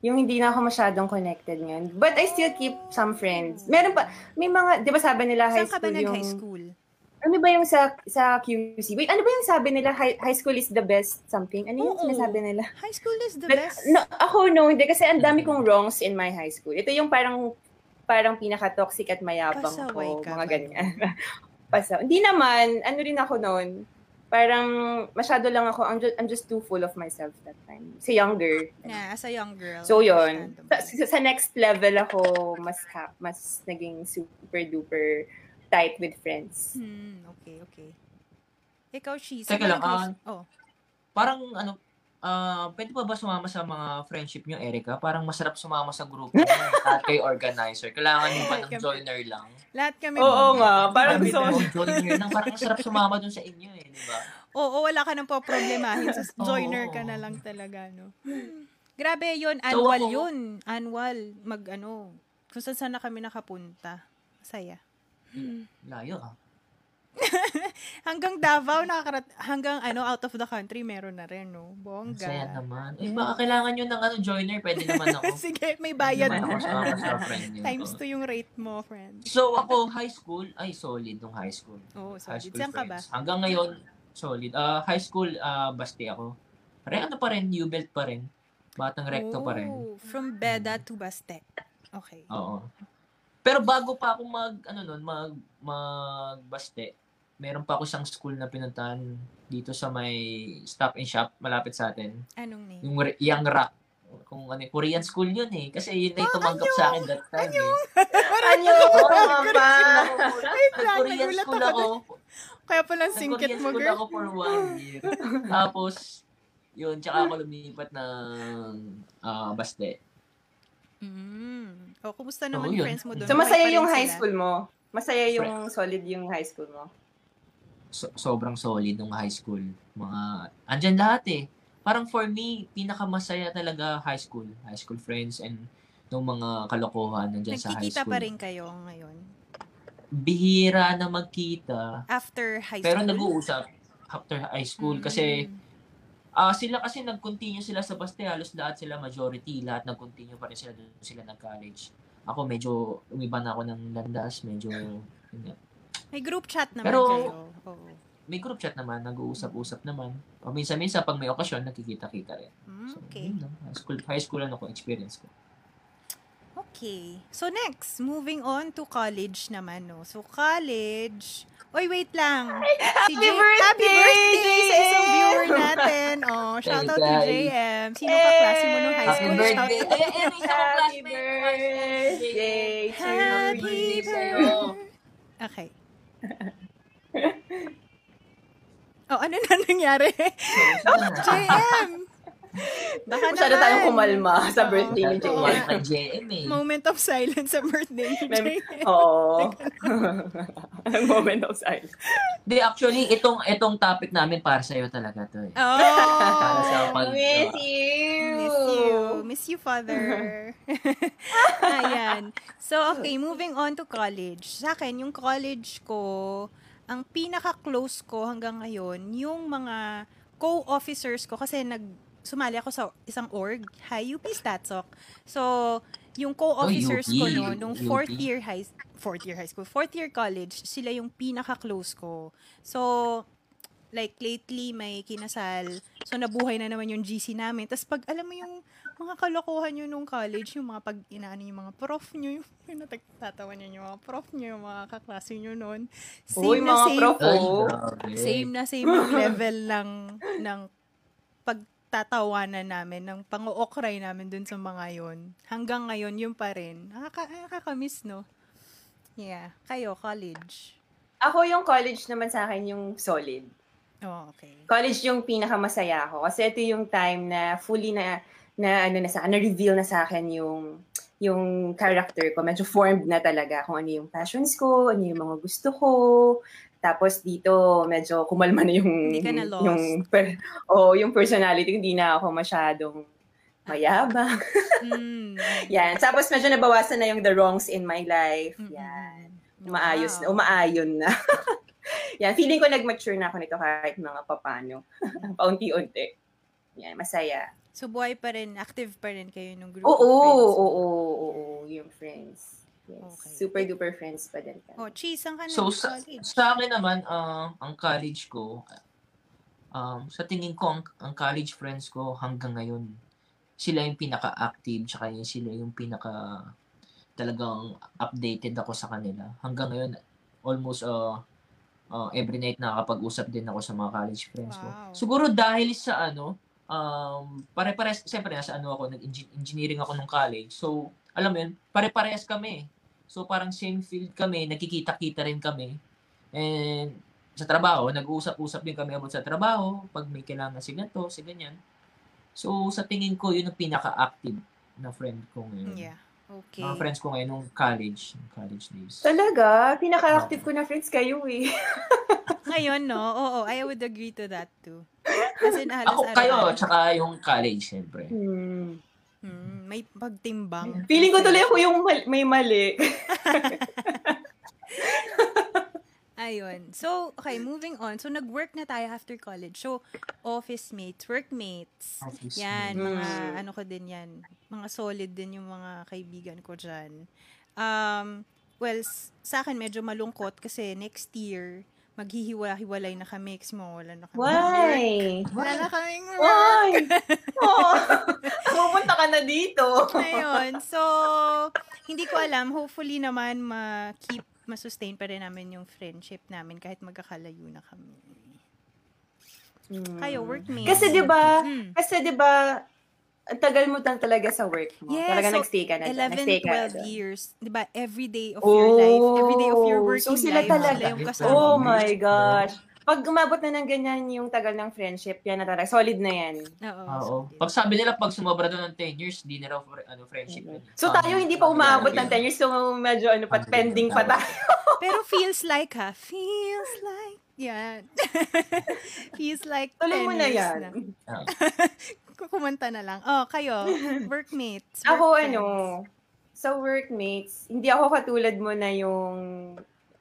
Speaker 3: yung hindi na ako masyadong connected ngayon. But I still keep some friends. Meron pa, may mga, di ba sabi nila high
Speaker 1: Saan ka
Speaker 3: school
Speaker 1: ba
Speaker 3: yung...
Speaker 1: nag-high school?
Speaker 3: Ano ba yung sa, sa QC? Wait, ano ba yung sabi nila high, high school is the best something? Ano yung
Speaker 1: Oo.
Speaker 3: sinasabi nila?
Speaker 1: High school is the
Speaker 3: But,
Speaker 1: best.
Speaker 3: no, ako no, hindi kasi ang dami kong wrongs in my high school. Ito yung parang parang pinaka-toxic at mayabang
Speaker 1: Pasaway
Speaker 3: ko,
Speaker 1: ka
Speaker 3: mga
Speaker 1: ba
Speaker 3: ganyan. Pasaw. Hindi naman, ano rin ako noon, parang masyado lang ako, I'm just, I'm just too full of myself that time. Sa younger.
Speaker 1: Na, as a young girl.
Speaker 3: So yun.
Speaker 1: understandable.
Speaker 3: Sa, sa- sa next level ako, mas, ha- mas naging super duper tight with friends.
Speaker 1: Hmm, okay, okay. Ikaw, Cheese. ano
Speaker 4: Teka lang, ah.
Speaker 1: ang- oh,
Speaker 4: Parang ano, ah pwede pa ba sumama sa mga friendship niyo, Erica? Parang masarap sumama sa grupo niyo. At kay organizer. Kailangan niyo ba ng
Speaker 1: Siyempre.
Speaker 4: joiner lang?
Speaker 1: lahat kami.
Speaker 3: Oo nga, parang
Speaker 4: Sabi
Speaker 3: gusto ko.
Speaker 4: mo, joiner lang. Parang masarap sumama dun sa inyo eh, di ba?
Speaker 1: Oo, wala ka nang poproblemahin. Just
Speaker 4: Oo.
Speaker 1: joiner ka na lang talaga, no? Grabe yun,
Speaker 4: So,
Speaker 1: annual
Speaker 4: ako-
Speaker 1: yun. Annual, mag ano, kung saan saan na kami nakapunta. Masaya.
Speaker 4: Layo ah.
Speaker 1: Hanggang Davao, nakakarat, hanggang ano, out of the country, meron na rin, no?
Speaker 4: Saya
Speaker 1: Bongga.
Speaker 4: naman. Eh, baka kailangan nyo ng ano, joiner. Pwede naman ako.
Speaker 1: Sige, may
Speaker 4: Pwede
Speaker 1: bayad
Speaker 4: naman ako
Speaker 1: na.
Speaker 4: sumama sa friend niyo.
Speaker 1: Times to yung rate mo, friend.
Speaker 4: So ako, high school, ay solid nung high school.
Speaker 1: Oo, so,
Speaker 4: high school
Speaker 1: saan ka ba?
Speaker 4: friends. Hanggang ngayon, solid. Ah, high school, ah, basti ako. Pare, ano pa rin, U belt pa rin. Batang recto pa rin. Oh.
Speaker 1: Oh, From Beda to Baste. Okay.
Speaker 4: Oo. Pero bago pa ako mag, ano nun, mag, magbaste, meron pa ako isang school na pinuntahan dito sa may stop and shop malapit sa atin.
Speaker 1: Anong name?
Speaker 4: Yung Re- Young Rock. Kung ano, Korean school yun eh. Kasi
Speaker 1: Ah,
Speaker 4: yun na yung tumanggap sa akin that time eh.
Speaker 3: Ano? Mama!
Speaker 1: lang,
Speaker 4: Nag-Korean
Speaker 1: nagulat
Speaker 4: school
Speaker 1: ako
Speaker 4: ako.
Speaker 1: Kaya palang singkit
Speaker 4: Nag-Korean
Speaker 1: mo,
Speaker 4: school
Speaker 1: girl.
Speaker 4: ako for one year. Tapos, yun, tsaka ako lumipat ng ah, Baste.
Speaker 1: Mm. O, kumusta
Speaker 4: Oo,
Speaker 1: naman yung
Speaker 4: yun.
Speaker 1: friends mo doon?
Speaker 3: So
Speaker 4: Buhay
Speaker 3: masaya
Speaker 1: pa rin
Speaker 3: yung
Speaker 1: sila?
Speaker 3: high school mo. Masaya yung solid yung high school mo.
Speaker 4: So- sobrang solid nung high school. Mga, andyan lahat eh. Parang for me, pinakamasaya talaga high school. High school friends and nung mga kalokohan nandyan sa high
Speaker 1: Nagkikita
Speaker 4: school.
Speaker 1: pa rin kayo ngayon.
Speaker 4: Bihira na magkita.
Speaker 1: After high
Speaker 4: Pero
Speaker 1: school.
Speaker 4: nag-uusap after high school kasi
Speaker 1: Mm.
Speaker 4: Ah, sila kasi nag-continue sila sa Baste, halos lahat sila majority, lahat nag-continue pa rin sila doon sila nag-college. Ako medyo umiba na ako ng landas, medyo yun nga.
Speaker 1: May group chat naman
Speaker 4: Pero-
Speaker 1: kayo. Oh, Oo.
Speaker 4: may group chat naman, nag-uusap-usap naman. Paminsan-minsan pag may okasyon, nakikita-kita rin.
Speaker 1: Mm,
Speaker 4: So,
Speaker 1: okay.
Speaker 4: yun lang. High school, high school ano ko, experience ko.
Speaker 1: Okay. So next, moving on to college naman, no? So college... Oy, wait lang. Si
Speaker 3: Happy
Speaker 1: J-
Speaker 3: birthday,
Speaker 1: Happy birthday sa isang
Speaker 3: JM!
Speaker 1: viewer natin. Oh, shout out to
Speaker 4: guys.
Speaker 1: JM. Sino ka klase mo nung high
Speaker 4: Happy
Speaker 1: school? Shout
Speaker 4: birthday!
Speaker 1: out-
Speaker 4: Eh, eh, may isang
Speaker 3: Happy
Speaker 4: classmate ko,
Speaker 3: birthday to
Speaker 1: Happy
Speaker 3: you.
Speaker 1: birthday. Okay. Oh, ano na nangyari?
Speaker 4: So,
Speaker 1: Oh,
Speaker 4: so,
Speaker 1: JM! Baka
Speaker 3: Masyado tayong
Speaker 1: naman.
Speaker 3: kumalma sa
Speaker 1: Oo.
Speaker 3: birthday ni
Speaker 1: Oo.
Speaker 3: JM.
Speaker 4: Wala kang JM eh.
Speaker 1: Moment of silence sa birthday ni
Speaker 3: Mem-
Speaker 1: JM.
Speaker 3: Oo. Ang moment of silence.
Speaker 4: Hindi, actually, itong itong topic namin para sa'yo talaga to eh. Para sa
Speaker 1: Oh!
Speaker 4: pag...
Speaker 3: you.
Speaker 1: Miss you. Miss you, father. Ayan. So, okay, moving on to college. Sa akin, yung college ko, ang pinaka-close ko hanggang ngayon, yung mga co-officers ko, kasi nag sumali ako sa isang org, High UP Statsok. So, yung co-officers
Speaker 4: Oh, UP.
Speaker 1: ko noon, nung fourth
Speaker 4: UP.
Speaker 1: year high, fourth year high school, fourth year college, sila yung pinaka-close ko. So, like lately may kinasal. So nabuhay na naman yung GC namin. Tapos pag alam mo yung mga kalokohan nyo nung college, yung mga pag inaano yung mga prof nyo, yung, yung natatawa nyo yung mga prof nyo, yung mga kaklase nyo noon. Same
Speaker 3: Uy,
Speaker 1: na
Speaker 3: mga
Speaker 1: same,
Speaker 3: prof. oh.
Speaker 4: Ay,
Speaker 3: Oo.
Speaker 4: grabe.
Speaker 1: same na same yung level ng, ng pagtatawanan namin, ng pang-ookray namin dun sa mga yon Hanggang ngayon, yun pa rin. Nakaka, nakakamiss, no? Yeah. Kayo, college.
Speaker 3: Ako yung college naman sa akin yung solid.
Speaker 1: Oh, okay.
Speaker 3: College yung pinakamasaya ako kasi ito yung time na fully na na ano na sa na reveal na sa akin yung yung character ko. Medyo formed na talaga kung ano yung passions ko, ano yung mga gusto ko. Tapos dito medyo kumalma na yung
Speaker 1: Hindi ka na lost.
Speaker 3: yung per, oh, yung personality ko, hindi na ako masyadong mayabang.
Speaker 1: Mm.
Speaker 3: Yan. Tapos medyo nabawasan na yung the wrongs in my life.
Speaker 1: Mm, mm,
Speaker 3: Yan.
Speaker 1: mm.
Speaker 3: Umaayos na,
Speaker 1: Wow.
Speaker 3: umaayon na. Yan, feeling ko nag-mature na ako nito kahit mga papano. Paunti-unti. Yan, masaya.
Speaker 1: So, buhay pa rin, active pa rin kayo nung group of
Speaker 3: Oo, oo,
Speaker 1: friends.
Speaker 3: oo, oo, yung friends. Yes.
Speaker 1: Okay.
Speaker 3: Super duper friends pa din
Speaker 1: Oh,
Speaker 3: kami.
Speaker 1: cheese, saan ka na?
Speaker 4: So,
Speaker 1: ng
Speaker 4: sa,
Speaker 1: college?
Speaker 4: sa akin naman, ah, ang college ko, um, sa tingin ko, ang, ang college friends ko hanggang ngayon, sila yung pinaka-active, tsaka yung sila yung pinaka talagang updated ako sa kanila. Hanggang ngayon, almost uh, uh, every night nakakapag-usap din ako sa mga college friends ko.
Speaker 1: Wow.
Speaker 4: Siguro dahil sa ano, um, pare-pares, siyempre nasa ano ako, nag-engineering ako nung college. So, alam mo yun, pare-pares kami. So, parang same field kami, nakikita-kita rin kami. And sa trabaho, nag-uusap-usap din kami about sa trabaho, pag may kailangan si ganito, si ganyan. So, sa tingin ko, yun ang pinaka-active na friend ko ngayon.
Speaker 1: Yeah. Okay.
Speaker 4: Mga friends ko ngayon nung college, nung college days.
Speaker 3: Talaga? Pinaka-active ko na friends kayo eh.
Speaker 1: Ngayon, no? Oo, I would agree to that too. As in, halos ano
Speaker 4: Ako, kayo,
Speaker 1: araw-araw.
Speaker 4: tsaka yung college, syempre.
Speaker 3: Hmm.
Speaker 1: Hmm, may pagtimbang.
Speaker 3: Feeling ko tuloy ako yung mal- may mali.
Speaker 1: Ayun. So, okay, moving on. So, nag-work na tayo after college. So, office mates, workmates.
Speaker 4: Office
Speaker 1: Yan,
Speaker 3: Mm.
Speaker 1: mga ano ko din yan. Mga solid din yung mga kaibigan ko dyan. Um, well, s- sa akin medyo malungkot kasi next year, maghihiwa-hiwalay na kami kasi mawala na kami.
Speaker 3: Why?
Speaker 1: Wala na kaming work.
Speaker 3: Why? Oh, pumunta ka na dito.
Speaker 1: Ayun. So, hindi ko alam. Hopefully naman ma-keep, ma-sustain pa rin namin yung friendship namin kahit magkakalayo na kami. Kayo,
Speaker 3: Hmm.
Speaker 1: workmates.
Speaker 3: Kasi 'di ba?
Speaker 1: Mm.
Speaker 3: Kasi 'di ba ang tagal mo lang talaga sa work mo.
Speaker 1: Yeah,
Speaker 3: talaga
Speaker 1: so
Speaker 3: nag-stay ka na. doon,
Speaker 1: 11,
Speaker 3: nag-stay ka na
Speaker 1: 12
Speaker 3: doon.
Speaker 1: years. Di ba? Every day of your life. Every day of your
Speaker 3: Oh,
Speaker 1: working
Speaker 3: so sila
Speaker 1: life.
Speaker 3: talaga.
Speaker 1: Sila yung kasama.
Speaker 3: Oh
Speaker 1: mo.
Speaker 3: my gosh. Pag umabot na ng ganyan yung tagal ng friendship, yan na talaga. Solid na yan.
Speaker 1: Oo.
Speaker 4: Oo. Pag sabi nila, pag sumabra doon ng 10 years, di na raw fr- ano, friendship. yun.
Speaker 3: So
Speaker 4: Sabi-
Speaker 3: tayo hindi pa
Speaker 4: sabi nila,
Speaker 3: umaabot ng
Speaker 4: yun.
Speaker 3: 10 years, so medyo ano pa, pending pa tayo.
Speaker 1: Pero feels like ha. Feels like. Yan. feels like
Speaker 3: Tuloy
Speaker 1: 10
Speaker 3: mo na
Speaker 1: years
Speaker 3: yan.
Speaker 4: Ah.
Speaker 1: Kukumanta na lang. Oh, kayo. Workmates.
Speaker 3: Ako
Speaker 1: workmates.
Speaker 3: ano, sa workmates, hindi ako katulad mo na yung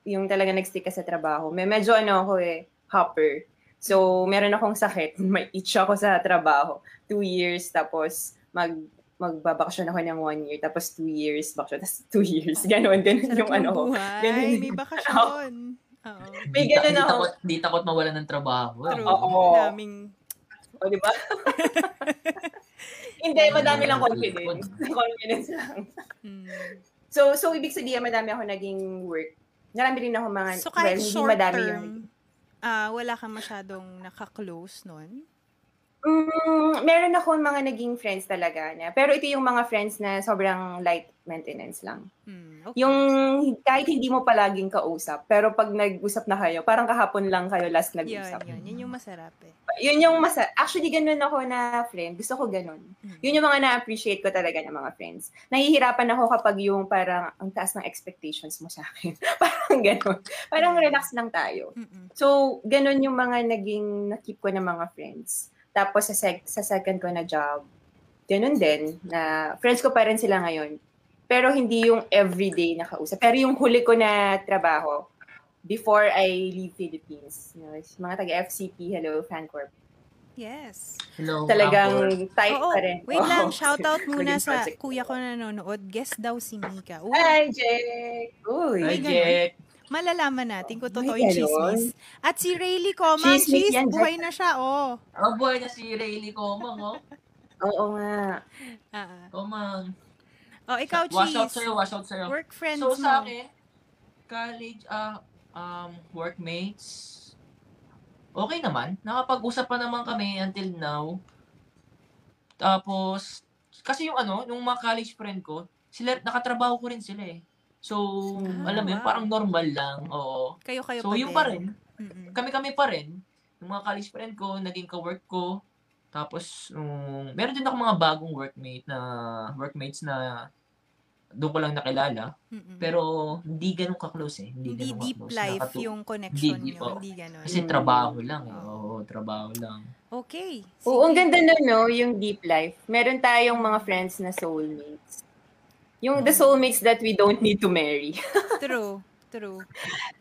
Speaker 3: yung talaga nag-stick ka sa trabaho. May medyo ano ako eh, hopper. So, meron akong sakit. May itch ako sa trabaho. Two years, tapos mag magbabakasyon ako ng one year, tapos two years, bakasyon, tapos two years. Ganon, ganon
Speaker 1: Sarap
Speaker 3: yung ano ko.
Speaker 1: buhay.
Speaker 3: Ganun.
Speaker 1: May bakasyon. Oo.
Speaker 3: May
Speaker 4: Di ta-
Speaker 3: ganun
Speaker 4: di
Speaker 3: ako.
Speaker 4: takot- Di takot mawala ng trabaho.
Speaker 1: True.
Speaker 3: Oo.
Speaker 1: Daming
Speaker 3: O, di ba? hindi, madami lang confidence. confidence lang.
Speaker 1: mm.
Speaker 3: So, so ibig sabihin, madami ako naging work. Marami rin ako mga,
Speaker 1: So kahit
Speaker 3: well, hindi
Speaker 1: short
Speaker 3: madami
Speaker 1: term,
Speaker 3: yung
Speaker 1: ah wala kang masyadong nakaklose nun?
Speaker 3: Mm, meron ako mga naging friends talaga na. Pero ito yung mga friends na sobrang light maintenance lang.
Speaker 1: Hmm, okay.
Speaker 3: Yung kahit hindi mo palaging kausap, pero pag nag-usap na kayo, parang kahapon lang kayo last
Speaker 1: yun,
Speaker 3: nag-usap.
Speaker 1: yun, yun yung masarap eh.
Speaker 3: Yun yung masa... Actually, ganun ako na friend. Gusto ko ganun.
Speaker 1: Mm.
Speaker 3: Yun yung mga na-appreciate ko talaga ng mga friends. Nahihirapan ako kapag yung parang ang taas ng expectations mo sa akin. parang ganun. Parang relax lang tayo.
Speaker 1: Mm-mm.
Speaker 3: So, ganun yung mga naging nakip ko ng mga friends. Tapos sa, sec- sa second ko na job, ganun din na friends ko pa rin sila ngayon. Pero hindi yung everyday na kausap. Pero yung huli ko na trabaho, before I leave Philippines, you know, is mga taga-FCP, hello, Fancorp.
Speaker 1: Yes.
Speaker 4: Hello, Amber.
Speaker 3: Talagang tight
Speaker 1: Oo,
Speaker 3: pa rin.
Speaker 1: wait lang.
Speaker 3: Oo.
Speaker 1: Shout out muna
Speaker 3: Oh, Naging
Speaker 1: sa
Speaker 3: project.
Speaker 1: kuya ko na nanonood. Guest daw si Mika. Uy,
Speaker 3: Hi, Jake! Uy!
Speaker 1: Ay,
Speaker 4: Hi,
Speaker 1: ganun.
Speaker 4: Jack.
Speaker 1: malalaman natin kung
Speaker 3: May
Speaker 1: totoo yung
Speaker 3: ganon?
Speaker 1: chismis. At si Rayleigh Comang,
Speaker 3: Chismis
Speaker 1: cheese,
Speaker 3: yan, Jack.
Speaker 1: buhay na siya, oh.
Speaker 4: Oh boy, na si Rayleigh Komang, oh.
Speaker 3: Oo nga.
Speaker 1: Ah, ah.
Speaker 4: Komang.
Speaker 1: oh, ikaw,
Speaker 4: Wash out
Speaker 1: cheese.
Speaker 4: sa'yo, wash out sa'yo.
Speaker 1: Work friends
Speaker 4: So sa
Speaker 1: mo.
Speaker 4: akin, college, ah, um, workmates, okay naman. Nakapag-usap pa naman kami until now. Tapos, kasi yung ano, nung mga college friend ko, sila, nakatrabaho ko rin sila eh. So,
Speaker 1: Ah,
Speaker 4: alam mo yun,
Speaker 1: wow.
Speaker 4: parang normal lang. Oo.
Speaker 1: Kayo-kayo pa
Speaker 4: So, yung
Speaker 1: din.
Speaker 4: pa rin,
Speaker 1: Mm-mm.
Speaker 4: kami-kami pa rin. Yung mga college friend ko, naging ka-work ko. Tapos, um, meron din ako mga bagong workmate na, workmates na doon ko lang nakilala.
Speaker 1: Mm-mm.
Speaker 4: Pero hindi ganun ka-close eh. Hindi,
Speaker 1: Hindi
Speaker 4: ganun
Speaker 1: deep
Speaker 4: ka-close.
Speaker 1: life
Speaker 4: Nakatu-
Speaker 1: yung connection
Speaker 4: Hindi deep,
Speaker 1: nyo.
Speaker 4: oo.
Speaker 1: Hindi ganon.
Speaker 4: Kasi trabaho lang eh. Oo, trabaho lang.
Speaker 1: Okay.
Speaker 3: Oo, ang
Speaker 1: sige.
Speaker 3: ganda na, no, yung deep life. Meron tayong mga friends na soulmates.
Speaker 1: Mm.
Speaker 3: Yung the soulmates that we don't need to marry.
Speaker 1: True. True.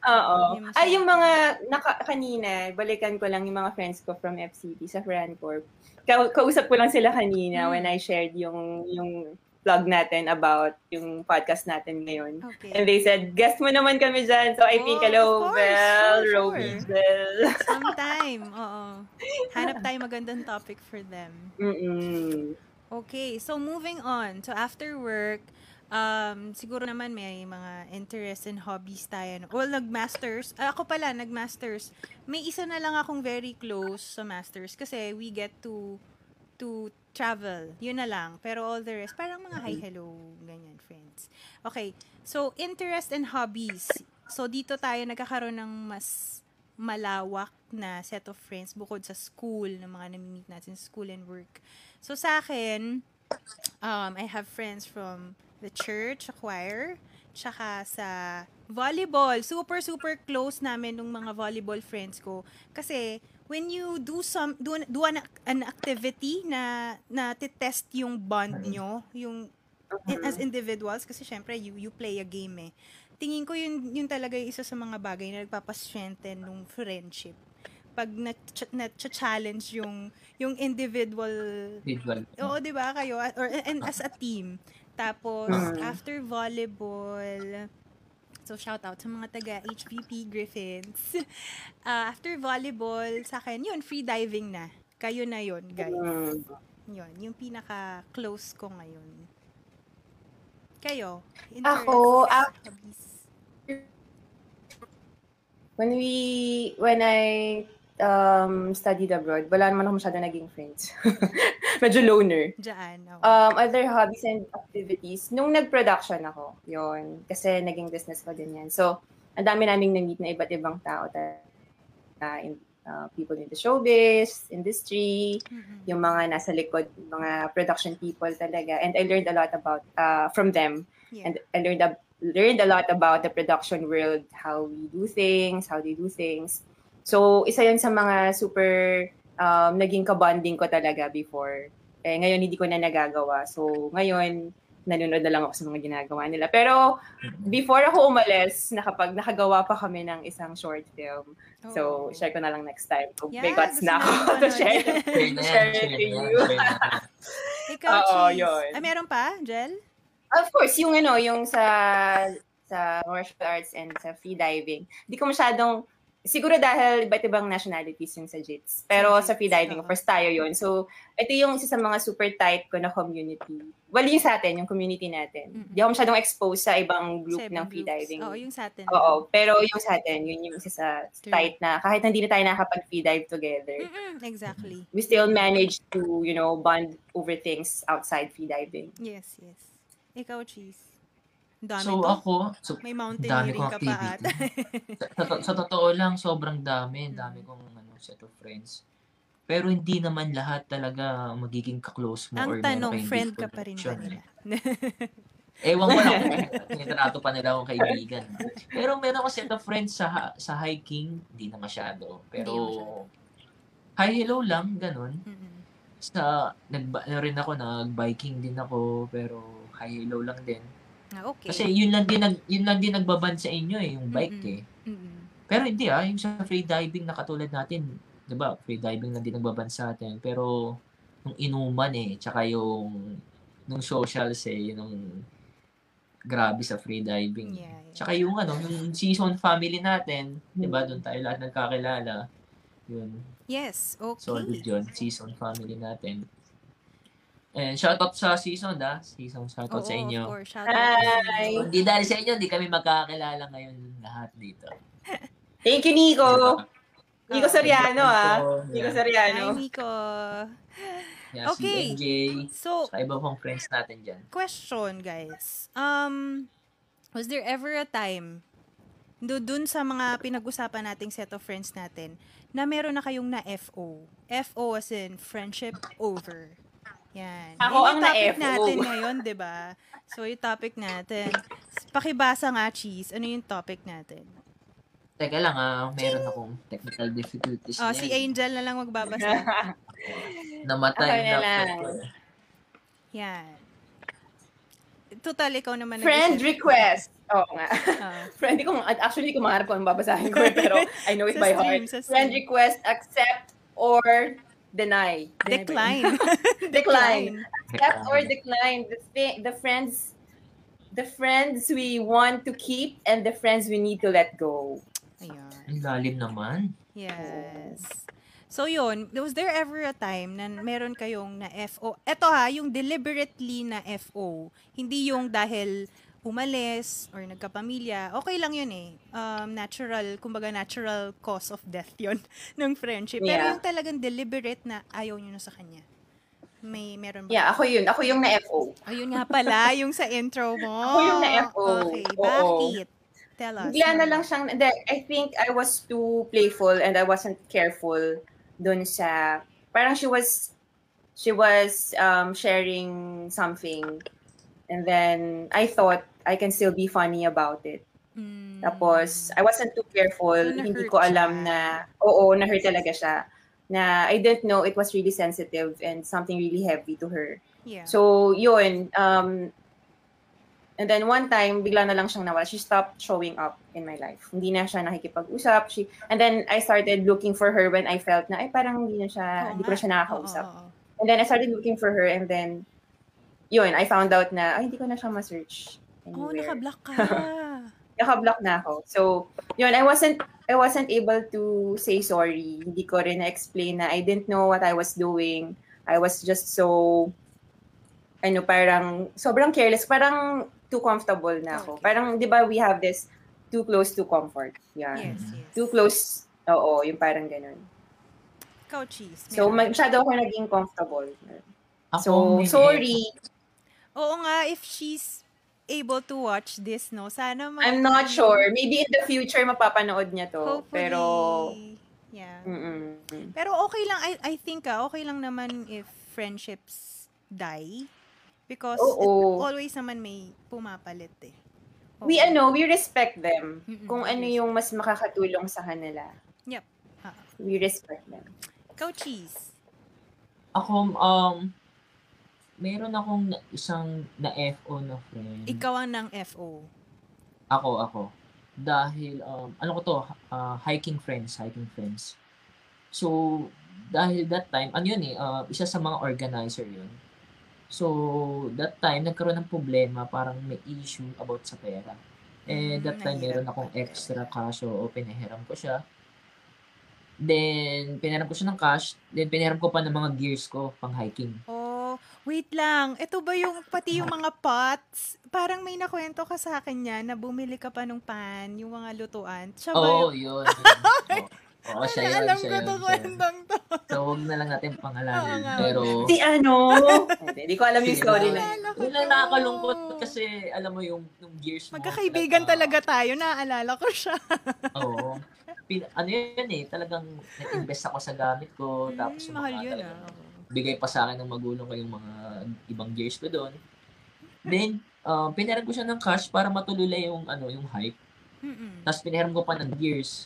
Speaker 3: Oo.
Speaker 1: Yung masaya.
Speaker 3: Ay, yung mga, naka, kanina, balikan ko lang yung mga friends ko from FCT sa Francorp. Ka- kausap ko lang sila kanina
Speaker 1: Mm.
Speaker 3: when I shared yung, yung vlog natin about yung podcast natin ngayon.
Speaker 1: Okay.
Speaker 3: And they said, guest mo naman kami dyan. So I think,
Speaker 1: Oh,
Speaker 3: hello,
Speaker 1: of course.
Speaker 3: Belle,
Speaker 1: Sure,
Speaker 3: Roby,
Speaker 1: sure.
Speaker 3: Belle.
Speaker 1: Sometime. Oo. Hanap tayo magandang topic for them.
Speaker 3: Mm-mm.
Speaker 1: Okay. So, moving on. So, after work, Um, siguro naman may mga interests and hobbies tayo. no? Well, nag-masters. Ah, ako pala, nag-masters. May isa na lang akong very close sa masters kasi we get to to travel. Yun na lang. Pero all the rest, parang mga hi, hello, ganyan, friends. Okay, so interest and hobbies. So dito tayo nagkakaroon ng mas malawak na set of friends bukod sa school, ng mga nami-meet natin sa school and work. So sa akin, um, I have friends from the church, sa choir, tsaka sa volleyball. Super, super close namin nung mga volleyball friends ko. Kasi when you do some do, an- do an, an activity na na test yung bond nyo, yung in- as individuals kasi syempre you you play a game eh. Tingin ko yun yun talaga yung isa sa mga bagay na nagpapastrengthen ng friendship. Pag na, na-challenge yung yung individual
Speaker 4: Individual.
Speaker 1: Oo, di ba kayo? Or, and as a team. Tapos,
Speaker 3: Mm.
Speaker 1: after volleyball, so shout out sa mga taga HVP Griffins. Ah, after volleyball, sa akin, yun, free diving na. Kayo na yun, guys.
Speaker 3: Mm.
Speaker 1: Yun, yung pinaka-close ko ngayon. Kayo?
Speaker 3: Ako, ah-
Speaker 1: interests, hobbies?
Speaker 3: When we, when I um, studied abroad, wala naman ako masyado naging friends. Medyo loner.
Speaker 1: Diyan. oo.
Speaker 3: Um, other hobbies and activities, nung nag-production ako, yon Kasi naging business ko din yan. So, ang dami naming na-meet na iba't ibang tao ta- na in, uh, people in the showbiz, industry,
Speaker 1: Mhm.
Speaker 3: yung mga nasa likod, mga production people talaga. And I learned a lot about, uh, from them.
Speaker 1: Yeah.
Speaker 3: And I learned, ab- learned a lot about the production world, how we do things, how they do things. So, isa yan sa mga super um, naging kabonding ko talaga before. Eh, ngayon, hindi ko na nagagawa. So, ngayon, nanonood na lang ako sa mga ginagawa nila. Pero, before ako umalis, nakapag, nakagawa pa kami ng isang short film.
Speaker 1: Oo.
Speaker 3: So, share ko na lang next time. Kung
Speaker 1: Oh. Yeah,
Speaker 3: may guts
Speaker 1: gusto
Speaker 3: na
Speaker 1: namin
Speaker 3: ako to
Speaker 1: mapanood.
Speaker 3: share.
Speaker 4: Share na yan,
Speaker 3: Share
Speaker 4: share
Speaker 3: to
Speaker 4: na yan,
Speaker 3: you.
Speaker 4: share na yan.
Speaker 1: Ikaw,
Speaker 3: oo,
Speaker 1: Cheese.
Speaker 3: yun.
Speaker 1: Ah, meron pa, Jel?
Speaker 3: Of course, yung ano, yung sa sa martial arts and sa free diving. Hindi ko masyadong siguro dahil iba't ibang nationalities yung sa JITS. Pero
Speaker 1: Sa
Speaker 3: sa free
Speaker 1: JITS,
Speaker 3: diving, of course, tayo yun. So, ito yung isa sa mga super tight ko na community. Well, yung sa atin, yung community natin.
Speaker 1: Mm-mm.
Speaker 3: Hindi ako masyadong exposed sa ibang group
Speaker 1: Seven
Speaker 3: ng free
Speaker 1: groups.
Speaker 3: diving.
Speaker 1: Oo, yung sa atin.
Speaker 3: Oo, pero yung sa atin, yun yung isa sa
Speaker 1: True.
Speaker 3: tight na kahit hindi na tayo nakakapag-free dive together,
Speaker 1: Mhm, Exactly.
Speaker 3: we still manage to, you know, bond over things outside free diving.
Speaker 1: Yes, yes. Ikaw, Cheese. Dami
Speaker 4: So
Speaker 1: to.
Speaker 4: ako, so
Speaker 1: May
Speaker 4: dami
Speaker 1: mountaineering
Speaker 4: kong
Speaker 1: ka pa ata.
Speaker 4: activity. sa, sa- sa totoo lang, sobrang dami. Ang dami kong ano, set of friends. Pero hindi naman lahat talaga magiging kaklose mo. or
Speaker 1: Ang
Speaker 4: meron
Speaker 1: tanong,
Speaker 4: kayong
Speaker 1: friend
Speaker 4: deep
Speaker 1: ka pa rin ba
Speaker 4: connection,
Speaker 1: nila?
Speaker 4: eh. Ewan ko lang kung tinrato pa nila akong kaibigan. Pero meron ako set of friends sa sa hiking, hindi na masyado. Pero
Speaker 1: Hindi masyado.
Speaker 4: hi hello lang, ganun.
Speaker 1: Mhm.
Speaker 4: Sa nag rin ako nag-biking din ako, pero hi hello lang din.
Speaker 1: Ah, okay.
Speaker 4: Kasi yun lang din nag yun lang din nagbaban sa inyo eh, yung bike
Speaker 1: Mm-mm.
Speaker 4: eh.
Speaker 1: Mhm.
Speaker 4: Pero hindi ah, yung sa free diving na katulad natin, 'di ba? Free diving lang din nagbaban sa atin, pero yung inuman eh, tsaka yung nung socials eh, yun ang grabe sa free diving. eh.
Speaker 1: Yeah, yeah.
Speaker 4: Tsaka yung ano, yung season family natin, 'di ba?
Speaker 3: Mm.
Speaker 4: Doon tayo lahat nagkakilala. Yun,
Speaker 1: Yes,
Speaker 4: solid
Speaker 1: okay.
Speaker 4: yun, season family natin. And shout out sa season ah, season shout out sa
Speaker 1: Oo,
Speaker 4: inyo.
Speaker 1: Of course, shout out.
Speaker 3: Hi!
Speaker 4: Kung Hindi dahil sa inyo, hindi kami magkakilala ngayon lahat dito.
Speaker 3: Thank you, Nico. Nico
Speaker 1: Ah.
Speaker 3: Soriano, ah. Nico
Speaker 4: Yeah.
Speaker 1: Hi,
Speaker 3: Soriano.
Speaker 1: Nico.
Speaker 4: Yeah,
Speaker 1: Okay.
Speaker 4: si MJ,
Speaker 1: So,
Speaker 4: sa iba pang friends natin dyan.
Speaker 1: question, guys. Um, was there ever a time do dun sa mga pinag-usapan nating set of friends natin na meron na kayong na FO? FO as in friendship over. Yan.
Speaker 3: Ako
Speaker 1: Yun
Speaker 3: ang
Speaker 1: yung topic
Speaker 3: na-FO.
Speaker 1: natin ngayon, 'di ba? So, yung topic natin. Pakibasa nga, Cheese. Ano yung topic natin?
Speaker 4: Teka lang ah, meron akong technical difficulties
Speaker 1: Oh,
Speaker 4: na
Speaker 1: si
Speaker 4: yan.
Speaker 1: Angel na lang magbabasa.
Speaker 4: Namatay
Speaker 3: Ako na
Speaker 4: na
Speaker 3: lang.
Speaker 1: Yan. Total, ikaw naman.
Speaker 3: Friend
Speaker 1: nag-isip.
Speaker 3: request. Oo nga.
Speaker 1: Oh.
Speaker 3: Friend, di ko, ma- actually, di ko maharap kung anong babasahin ko, eh, pero I know it
Speaker 1: Sa
Speaker 3: by
Speaker 1: stream,
Speaker 3: heart.
Speaker 1: sa stream.
Speaker 3: Friend request, accept, or deny. Deny ba yun?
Speaker 1: Decline.
Speaker 3: Decline. Accept or decline the, thi- the friends the friends we want to keep and the friends we need to let go.
Speaker 1: Ayan.
Speaker 4: Ang lalim naman.
Speaker 1: Yes. So yun, was there ever a time na meron kayong na FO? Eto ha, yung deliberately na FO. Hindi yung dahil umalis or nagkapamilya. Okay lang yun eh. Um, natural, kumbaga natural cause of death yun ng friendship. Pero
Speaker 3: Yeah.
Speaker 1: yung talagang deliberate na ayaw nyo na sa kanya. May meron ba?
Speaker 3: Yeah, ako yun. Ako yung na-FO.
Speaker 1: Ayun nga pala, yung sa intro mo.
Speaker 3: Ako yung na-FO.
Speaker 1: Okay,
Speaker 3: Oo.
Speaker 1: bakit? Tell us.
Speaker 3: Bigla na lang siyang, hindi, I think I was too playful and I wasn't careful dun sa, parang she was, she was um, sharing something and then I thought I can still be funny about it.
Speaker 1: Mm.
Speaker 3: Tapos, I wasn't too careful.
Speaker 1: So, na-hurt
Speaker 3: Hindi ko alam
Speaker 1: siya.
Speaker 3: na, oo, na-hurt talaga siya. Na I didn't know it was really sensitive and something really heavy to her.
Speaker 1: yeah.
Speaker 3: So, yun. Um, and then one time, bigla na lang siyang nawala. She stopped showing up in my life. Hindi na siya nakikipag-usap. She, and then I started looking for her when I felt na, ay parang hindi na siya,
Speaker 1: Oo
Speaker 3: hindi ko na
Speaker 1: nga.
Speaker 3: siya nakakausap.
Speaker 1: Oo, oo, oo.
Speaker 3: And then I started looking for her and then, yun, I found out na, ay hindi ko na siya ma-search.
Speaker 1: Oh,
Speaker 3: anywhere
Speaker 1: naka-block ka.
Speaker 3: naka-block na ako. So, yun, I wasn't I wasn't able to say sorry. Hindi ko rin na-explain na I didn't know what I was doing. I was just so ano parang sobrang careless, parang too comfortable na ako.
Speaker 1: Okay.
Speaker 3: Parang 'di ba we have this too close to comfort. Yeah.
Speaker 1: yes, yes.
Speaker 3: Too close. Oo, yung parang ganun.
Speaker 1: Ikaw, cheese.
Speaker 3: So,
Speaker 1: meron.
Speaker 3: masyado ako naging comfortable.
Speaker 4: Ako,
Speaker 3: So,
Speaker 4: may-
Speaker 3: sorry.
Speaker 1: Oo nga, if she's able to watch this, no? Sana mag-
Speaker 3: I'm not sure. Maybe in the future mapapanood niya to.
Speaker 1: Hopefully.
Speaker 3: Pero,
Speaker 1: Yeah.
Speaker 3: mm
Speaker 1: Pero okay lang, I, I think, ah, okay lang naman if friendships die. Because
Speaker 3: Oo.
Speaker 1: always naman may pumapalit eh. Oo.
Speaker 3: We ano, we respect them.
Speaker 1: Mm-mm, we
Speaker 3: Kung ano yung mas makakatulong sa kanila.
Speaker 1: Yep. Ah.
Speaker 3: We respect them.
Speaker 1: Ikaw, cheese.
Speaker 4: Ako, um, meron akong na- isang na-FO na friend.
Speaker 1: Ikaw ang ng FO.
Speaker 4: Ako, ako. Dahil, um, ano ko to, uh, hiking friends, hiking friends. So, dahil that time, ano yun eh, uh, isa sa mga organizer yun. So, that time, nagkaroon ng problema, parang may issue about sa pera. Eh,
Speaker 1: Mm,
Speaker 4: that time,
Speaker 1: nahirap
Speaker 4: meron akong
Speaker 1: pala.
Speaker 4: extra cash, o pinahiram ko siya. Then, pinahiram ko siya ng cash, then pinahiram ko pa ng mga gears ko pang hiking.
Speaker 1: Oh, wait lang. Ito ba yung pati yung mga pots? Parang may nakwento ka sa akin niya na bumili ka pa nung pan, yung mga lutuan. Siya Ano ba
Speaker 4: Oo,
Speaker 1: yun?
Speaker 4: yun. yun. Oo,
Speaker 1: Wala,
Speaker 4: siya yun,
Speaker 1: alam
Speaker 4: siya
Speaker 1: ko to
Speaker 4: yun, siya yun.
Speaker 1: kwentong to.
Speaker 4: So, huwag na lang natin pangalanan.
Speaker 1: Oo nga.
Speaker 4: Pero,
Speaker 3: Si ano? Hindi ko alam yung
Speaker 4: Sige
Speaker 3: story
Speaker 4: na.
Speaker 3: na.
Speaker 1: Naalala ko
Speaker 4: yun lang
Speaker 1: to.
Speaker 4: nakakalungkot kasi, alam mo yung, yung gears mo.
Speaker 1: Magkakaibigan
Speaker 4: talaga-
Speaker 1: talaga tayo, naaalala ko siya.
Speaker 4: Oo. Pin- ano yun eh, talagang nag-invest ako sa gamit ko. Tapos,
Speaker 1: Mm,
Speaker 4: yung
Speaker 1: mahal
Speaker 4: mga
Speaker 1: yun
Speaker 4: talagang-
Speaker 1: ah.
Speaker 4: bigay pa sa akin ng magulang ko yung mga ibang gears ko doon.
Speaker 1: Hmm.
Speaker 4: Then, uh, pinaram ko siya ng cash para matululay yung, ano, yung hype.
Speaker 1: Mm-mm.
Speaker 4: Tapos pinahiram ko pa ng gears.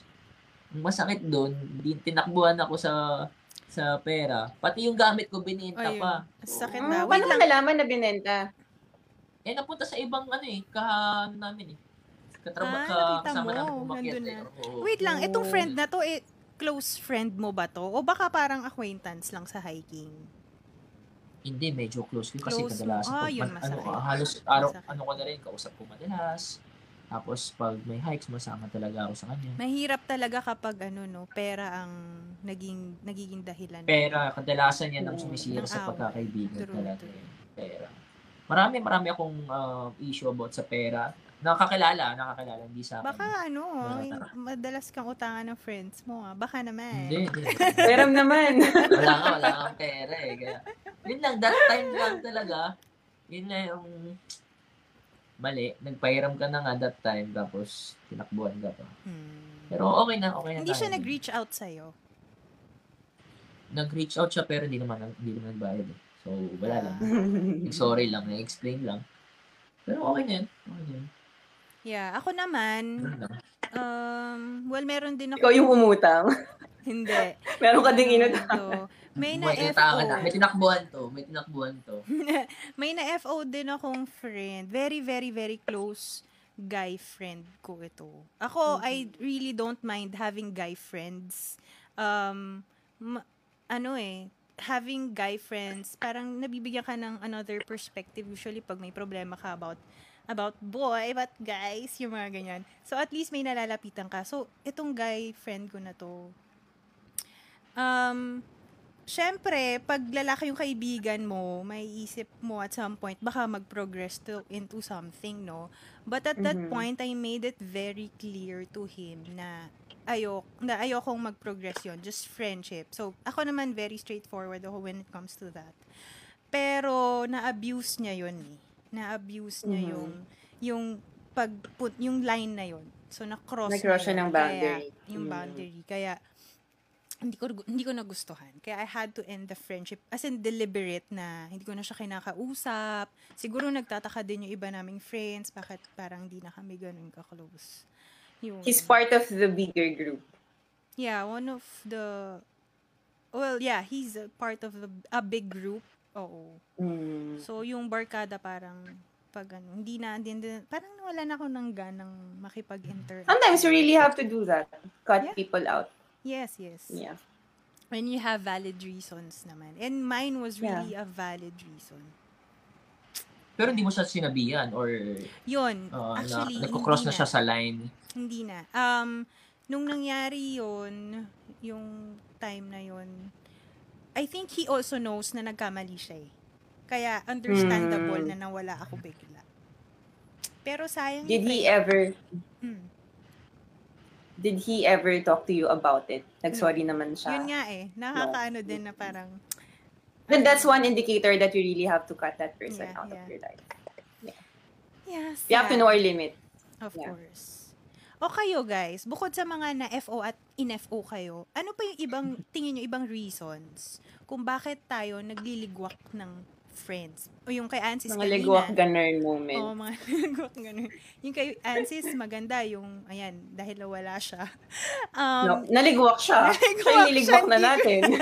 Speaker 4: Ang masakit doon, di, tinakbuhan ako sa sa pera. Pati yung gamit ko binenta
Speaker 1: Ayun.
Speaker 4: pa.
Speaker 1: Ang Sakit na.
Speaker 4: Ah,
Speaker 3: Mm,
Speaker 1: Wait
Speaker 3: paano ko
Speaker 1: lang.
Speaker 3: nalaman na binenta?
Speaker 4: Eh napunta sa ibang ano eh, kahan namin eh. Katraba
Speaker 1: Ah,
Speaker 4: ka
Speaker 1: nakita
Speaker 4: kasama
Speaker 1: mo.
Speaker 4: namin umakyat
Speaker 1: Nandun
Speaker 4: eh.
Speaker 1: na.
Speaker 4: Oo.
Speaker 1: Wait lang, itong
Speaker 3: Oh.
Speaker 1: friend na to, eh, close friend mo ba to? O baka parang acquaintance lang sa hiking?
Speaker 4: Hindi, medyo close yun kasi
Speaker 1: Close mo.
Speaker 4: kadalasan.
Speaker 1: Ah,
Speaker 4: pag-
Speaker 1: yun,
Speaker 4: ano,
Speaker 1: masakit.
Speaker 4: ah, halos araw,
Speaker 1: Masakit.
Speaker 4: ano ko na rin, kausap ko madalas. Tapos pag may hikes, masama talaga ako sa kanya.
Speaker 1: Mahirap talaga kapag ano no, pera ang naging nagiging dahilan.
Speaker 4: Pera, kadalasan yan ang
Speaker 3: Oo.
Speaker 4: sumisira
Speaker 1: Ng
Speaker 4: sa
Speaker 1: away.
Speaker 4: pagkakaibigan
Speaker 1: True,
Speaker 4: talaga.
Speaker 1: true.
Speaker 4: eh. Pera. Marami, marami akong ah, issue about sa pera. Nakakilala, nakakilala, hindi sa akin.
Speaker 1: Baka ano, oh,
Speaker 4: Ah, Wala
Speaker 1: yung madalas kang utangan ng friends mo. Ah. Baka naman.
Speaker 4: Hindi, hindi.
Speaker 3: Pero naman.
Speaker 4: wala nga, wala kang pera eh. Kaya, yun lang, that time lang talaga. Yun na yung mali. Nagpahiram ka na nga that time, tapos tinakbuhan ka pa.
Speaker 1: Hmm.
Speaker 4: Pero okay na, okay na
Speaker 1: Hindi siya
Speaker 4: tayo.
Speaker 1: nag-reach out sa'yo.
Speaker 4: Nag-reach out siya, pero hindi naman, hindi naman nagbayad eh. So, wala lang.
Speaker 1: Mm.
Speaker 4: Sorry lang, na-explain lang. Pero okay na yun. Okay na yun.
Speaker 1: Yeah, ako naman,
Speaker 4: Yun lang.
Speaker 1: um, well, meron din ako.
Speaker 3: Ikaw yung umutang.
Speaker 1: Hindi.
Speaker 3: Meron ka ding inutang.
Speaker 1: inutang. May na
Speaker 4: May
Speaker 1: FO.
Speaker 4: inutangan na. May tinakbuhan to. May tinakbuhan to.
Speaker 1: May na FO din akong friend. Very, very, very close guy friend ko ito. Ako, I really don't mind having guy friends. Um, ma- ano eh, having guy friends, parang nabibigyan ka ng another perspective usually pag may problema ka about about boy, but guys, yung mga ganyan. So, at least may nalalapitan ka. So, itong guy friend ko na to, um, syempre, pag lalaki yung kaibigan mo, may isip mo at some point, baka mag-progress to, into something, no? But at that
Speaker 3: Mhm.
Speaker 1: point, I made it very clear to him na ayok, na ayokong mag-progress yun, just friendship. So, ako naman very straightforward ako when it comes to that. Pero, na-abuse niya yun eh. Na-abuse niya
Speaker 3: Mhm.
Speaker 1: yung, yung pag put, yung line na yun. So, na-cross
Speaker 3: Nag-cross siya
Speaker 1: niya yun.
Speaker 3: ng
Speaker 1: Kaya,
Speaker 3: boundary.
Speaker 1: yung
Speaker 3: Mm.
Speaker 1: boundary. Kaya, hindi ko hindi ko nagustuhan. Kaya I had to end the friendship. As in deliberate na hindi ko na siya kinakausap. Siguro nagtataka din yung iba naming friends bakit parang hindi na kami ganun ka-close. Yun.
Speaker 3: He's part of the bigger group.
Speaker 1: Yeah, one of the Well, yeah, he's a part of a, a big group. Oo.
Speaker 3: Mm.
Speaker 1: So yung barkada parang pag ano, hindi na din, din parang wala na ako ng ganang makipag-interact.
Speaker 3: Sometimes you really have to do that. Cut
Speaker 1: Yeah.
Speaker 3: people out.
Speaker 1: Yes, yes.
Speaker 3: Yeah.
Speaker 1: When you have valid reasons naman. And mine was
Speaker 3: Yeah.
Speaker 1: really a valid reason.
Speaker 4: Pero hindi mo siya sinabihan or
Speaker 1: Yun,
Speaker 4: uh,
Speaker 1: actually,
Speaker 4: na, nagko-cross
Speaker 1: hindi Mm.
Speaker 4: na siya sa line.
Speaker 1: Hindi na. Um, nung nangyari yun, yung time na yun, I think he also knows na nagkamali siya eh. Kaya understandable na
Speaker 3: Hmm.
Speaker 1: nawala ako bigla. Pero sayang
Speaker 3: Did he
Speaker 1: eh.
Speaker 3: ever
Speaker 1: Mm.
Speaker 3: did he ever talk to you about it? Nag-sorry naman siya.
Speaker 1: Yun nga eh. Nakakaano din na parang,
Speaker 3: Then that's one indicator that you really have to cut that person
Speaker 1: Yeah,
Speaker 3: out
Speaker 1: yeah.
Speaker 3: of your life.
Speaker 1: yes.
Speaker 3: You have to know our limit.
Speaker 1: Of
Speaker 3: Yeah.
Speaker 1: course. O kayo guys, bukod sa mga na-FO at in-FO kayo, ano pa yung ibang, tingin nyo, ibang reasons kung bakit tayo nagliligwak ng friends? O yung kay Ansis
Speaker 3: Mga
Speaker 1: kanina.
Speaker 3: ligwak ganun moment.
Speaker 1: Oo, mga ligwak ganun. Yung kay Ansis, maganda yung, ayan, dahil wala siya. Um,
Speaker 3: no, naligwak siya.
Speaker 1: naligwak
Speaker 3: Siya yung niligwak
Speaker 1: siya,
Speaker 3: na
Speaker 1: di-
Speaker 3: natin.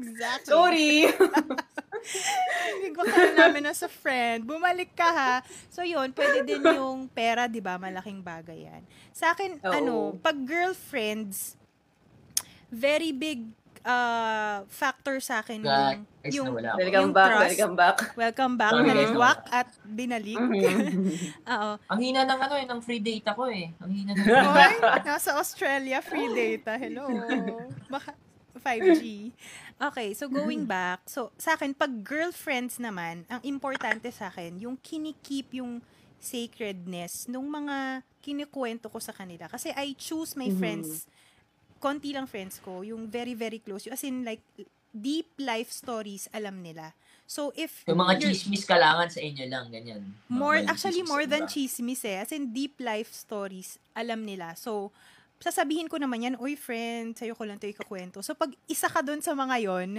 Speaker 1: Exactly.
Speaker 3: Sorry!
Speaker 1: Naligwak ka na namin as a friend. Bumalik ka ha. So yun, pwede din yung pera, di ba? Malaking bagay yan. Sa akin,
Speaker 3: Oo.
Speaker 1: ano, pag girlfriends, very big uh, factor sa akin
Speaker 4: Guys,
Speaker 1: yung, yung
Speaker 4: Guys, nawala ako.
Speaker 3: Welcome
Speaker 1: Yung
Speaker 3: back,
Speaker 1: trust.
Speaker 3: welcome back.
Speaker 1: welcome back,
Speaker 4: Sorry, guys, Mm-hmm.
Speaker 1: naliwak at binalik.
Speaker 3: Mhm.
Speaker 1: Oo.
Speaker 4: Ang hina ng ano eh, ng free data ko eh. Ang hina ng
Speaker 1: Hoy, nasa Australia, free data. Hello. Baka 5G. Okay, so going back, so sa akin, pag girlfriends naman, ang importante sa akin, yung kinikip yung sacredness nung mga kinikwento ko sa kanila. Kasi I choose my
Speaker 3: Mhm.
Speaker 1: friends, konti lang friends ko, yung very, very close. Yung, as in, like, deep life stories alam nila. So, if
Speaker 4: Yung mga
Speaker 1: you're-
Speaker 4: chismis kalangan sa inyo lang, ganyan. Mga
Speaker 1: More,
Speaker 4: wild
Speaker 1: actually,
Speaker 4: chismis,
Speaker 1: more than
Speaker 4: diba?
Speaker 1: chismis eh. As in, deep life stories, alam nila. So, sasabihin ko naman yan, Uy, friend, sa'yo ko lang ito ikakwento. So, pag isa ka doon sa mga yon,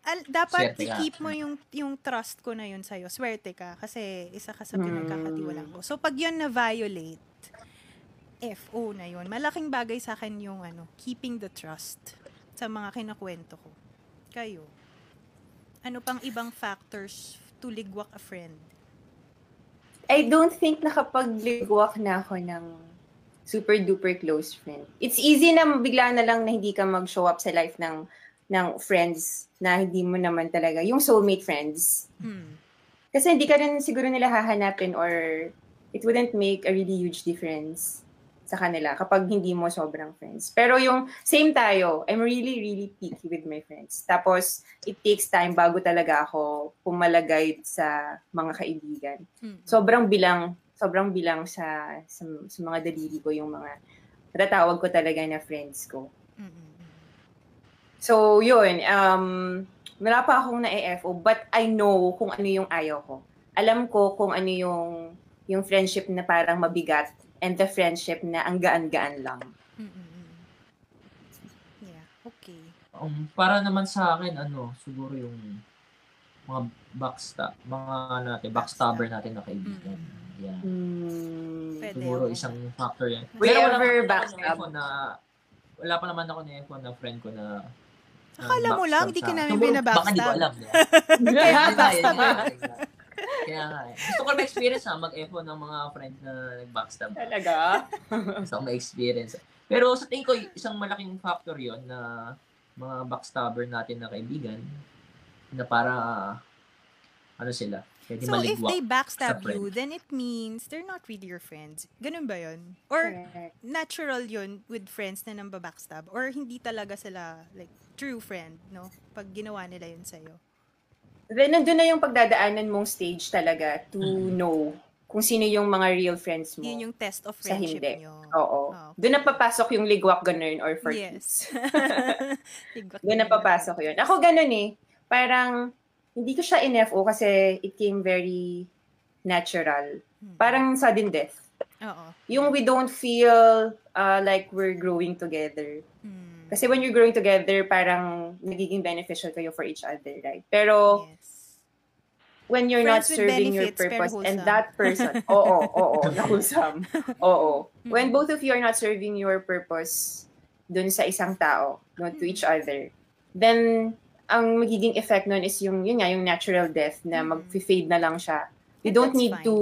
Speaker 1: al- dapat
Speaker 4: Swerte ka.
Speaker 1: i-keep mo yung, yung trust ko na yun sa'yo. Swerte ka. Kasi, isa ka sa
Speaker 3: Mm.
Speaker 1: pinagkakatiwalaan ko. So, pag yun na-violate, FO na yun. Malaking bagay sa akin yung ano, keeping the trust sa mga kinakwento ko. Kayo. Ano pang ibang factors to ligwak a friend?
Speaker 3: I don't think nakapagligwak na ako ng super duper close friend. It's easy na bigla na lang na hindi ka mag-show up sa life ng ng friends na hindi mo naman talaga, yung soulmate friends.
Speaker 1: Hmm.
Speaker 3: Kasi hindi ka rin siguro nila hahanapin or it wouldn't make a really huge difference sa kanila kapag hindi mo sobrang friends. Pero yung same tayo, I'm really, really picky with my friends. Tapos, it takes time bago talaga ako pumalagay sa mga kaibigan.
Speaker 1: Mm.
Speaker 3: Sobrang bilang, sobrang bilang sa, sa, sa mga daliri ko yung mga natatawag ko talaga na friends ko.
Speaker 1: Mm, mm, mm.
Speaker 3: So, yun. Um, wala pa akong na-EFO, but I know kung ano yung ayaw ko. Alam ko kung ano yung, yung friendship na parang mabigat and the friendship na ang gaan-gaan lang.
Speaker 1: Mm, mm, mm. Yeah, okay.
Speaker 4: Um, para naman sa akin, ano, siguro yung mga backstab, mga ano natin, backstabber natin na kaibigan.
Speaker 1: Mm.
Speaker 4: Yeah.
Speaker 3: Hmm.
Speaker 1: Pwede.
Speaker 4: Siguro isang factor yan.
Speaker 1: Whoever
Speaker 4: Pero wala ano eh. pa naman ako
Speaker 3: backstab.
Speaker 4: na, wala pa naman ako na iPhone na friend ko na na
Speaker 1: Akala mo lang,
Speaker 4: backstab
Speaker 1: di ka
Speaker 4: sa akin.
Speaker 1: namin
Speaker 4: Siguro, Baka
Speaker 1: binabackstab.
Speaker 4: di ko alam. no?
Speaker 1: Kaya
Speaker 4: Kaya nga,
Speaker 1: backstab
Speaker 4: yun nga, yun nga. Kaya nga. eh. Gusto ko ma-experience ha, mag-iPhone ng mga friend na nag-backstab.
Speaker 3: Talaga?
Speaker 4: Gusto ko ma-experience. Pero sa tingin ko, isang malaking factor yon na mga backstabber natin na kaibigan na para ano sila, Pwede
Speaker 1: So, if
Speaker 4: maligwak.
Speaker 1: they backstab
Speaker 4: sa friend.
Speaker 1: you, then it means they're not really your friends. Ganun ba yun? Or
Speaker 3: Correct.
Speaker 1: natural yun with friends na nambabackstab? Or hindi talaga sila, like, true friend, no? Pag ginawa nila yun sa'yo.
Speaker 3: Then, nandun na yung pagdadaanan mong stage talaga to
Speaker 4: Mm.
Speaker 3: know kung sino yung mga real friends mo.
Speaker 1: Yun yung test of
Speaker 3: Sa
Speaker 1: friendship
Speaker 3: hindi.
Speaker 1: nyo.
Speaker 3: Oo.
Speaker 1: Oh.
Speaker 3: Doon na papasok yung ligwak ganun or for
Speaker 1: Yes. Tigwak
Speaker 3: Doon
Speaker 1: na
Speaker 3: na papasok yun. Ako ganun eh. Parang, hindi ko siya in-FO kasi it came very natural.
Speaker 1: Hmm.
Speaker 3: Parang sudden death.
Speaker 1: Oo.
Speaker 3: Yung we don't feel uh, like we're growing together.
Speaker 1: Hmm.
Speaker 3: Kasi when you're growing together, parang nagiging beneficial kayo for each other, right? Pero
Speaker 1: Yes.
Speaker 3: when you're
Speaker 1: Friends
Speaker 3: not
Speaker 1: with
Speaker 3: serving your
Speaker 1: benefits, pero
Speaker 3: purpose and
Speaker 1: wholesome.
Speaker 3: that person, oo, oo, nakusam. Oo.
Speaker 1: Mm.
Speaker 3: When both of you are not serving your purpose dun sa isang tao, no, to
Speaker 1: Mm.
Speaker 3: each other, then ang magiging effect nun is yung, yun nga, yung natural death na
Speaker 1: Mm.
Speaker 3: mag-fade na lang siya.
Speaker 1: And
Speaker 3: You don't
Speaker 1: that's
Speaker 3: need
Speaker 1: fine.
Speaker 3: to,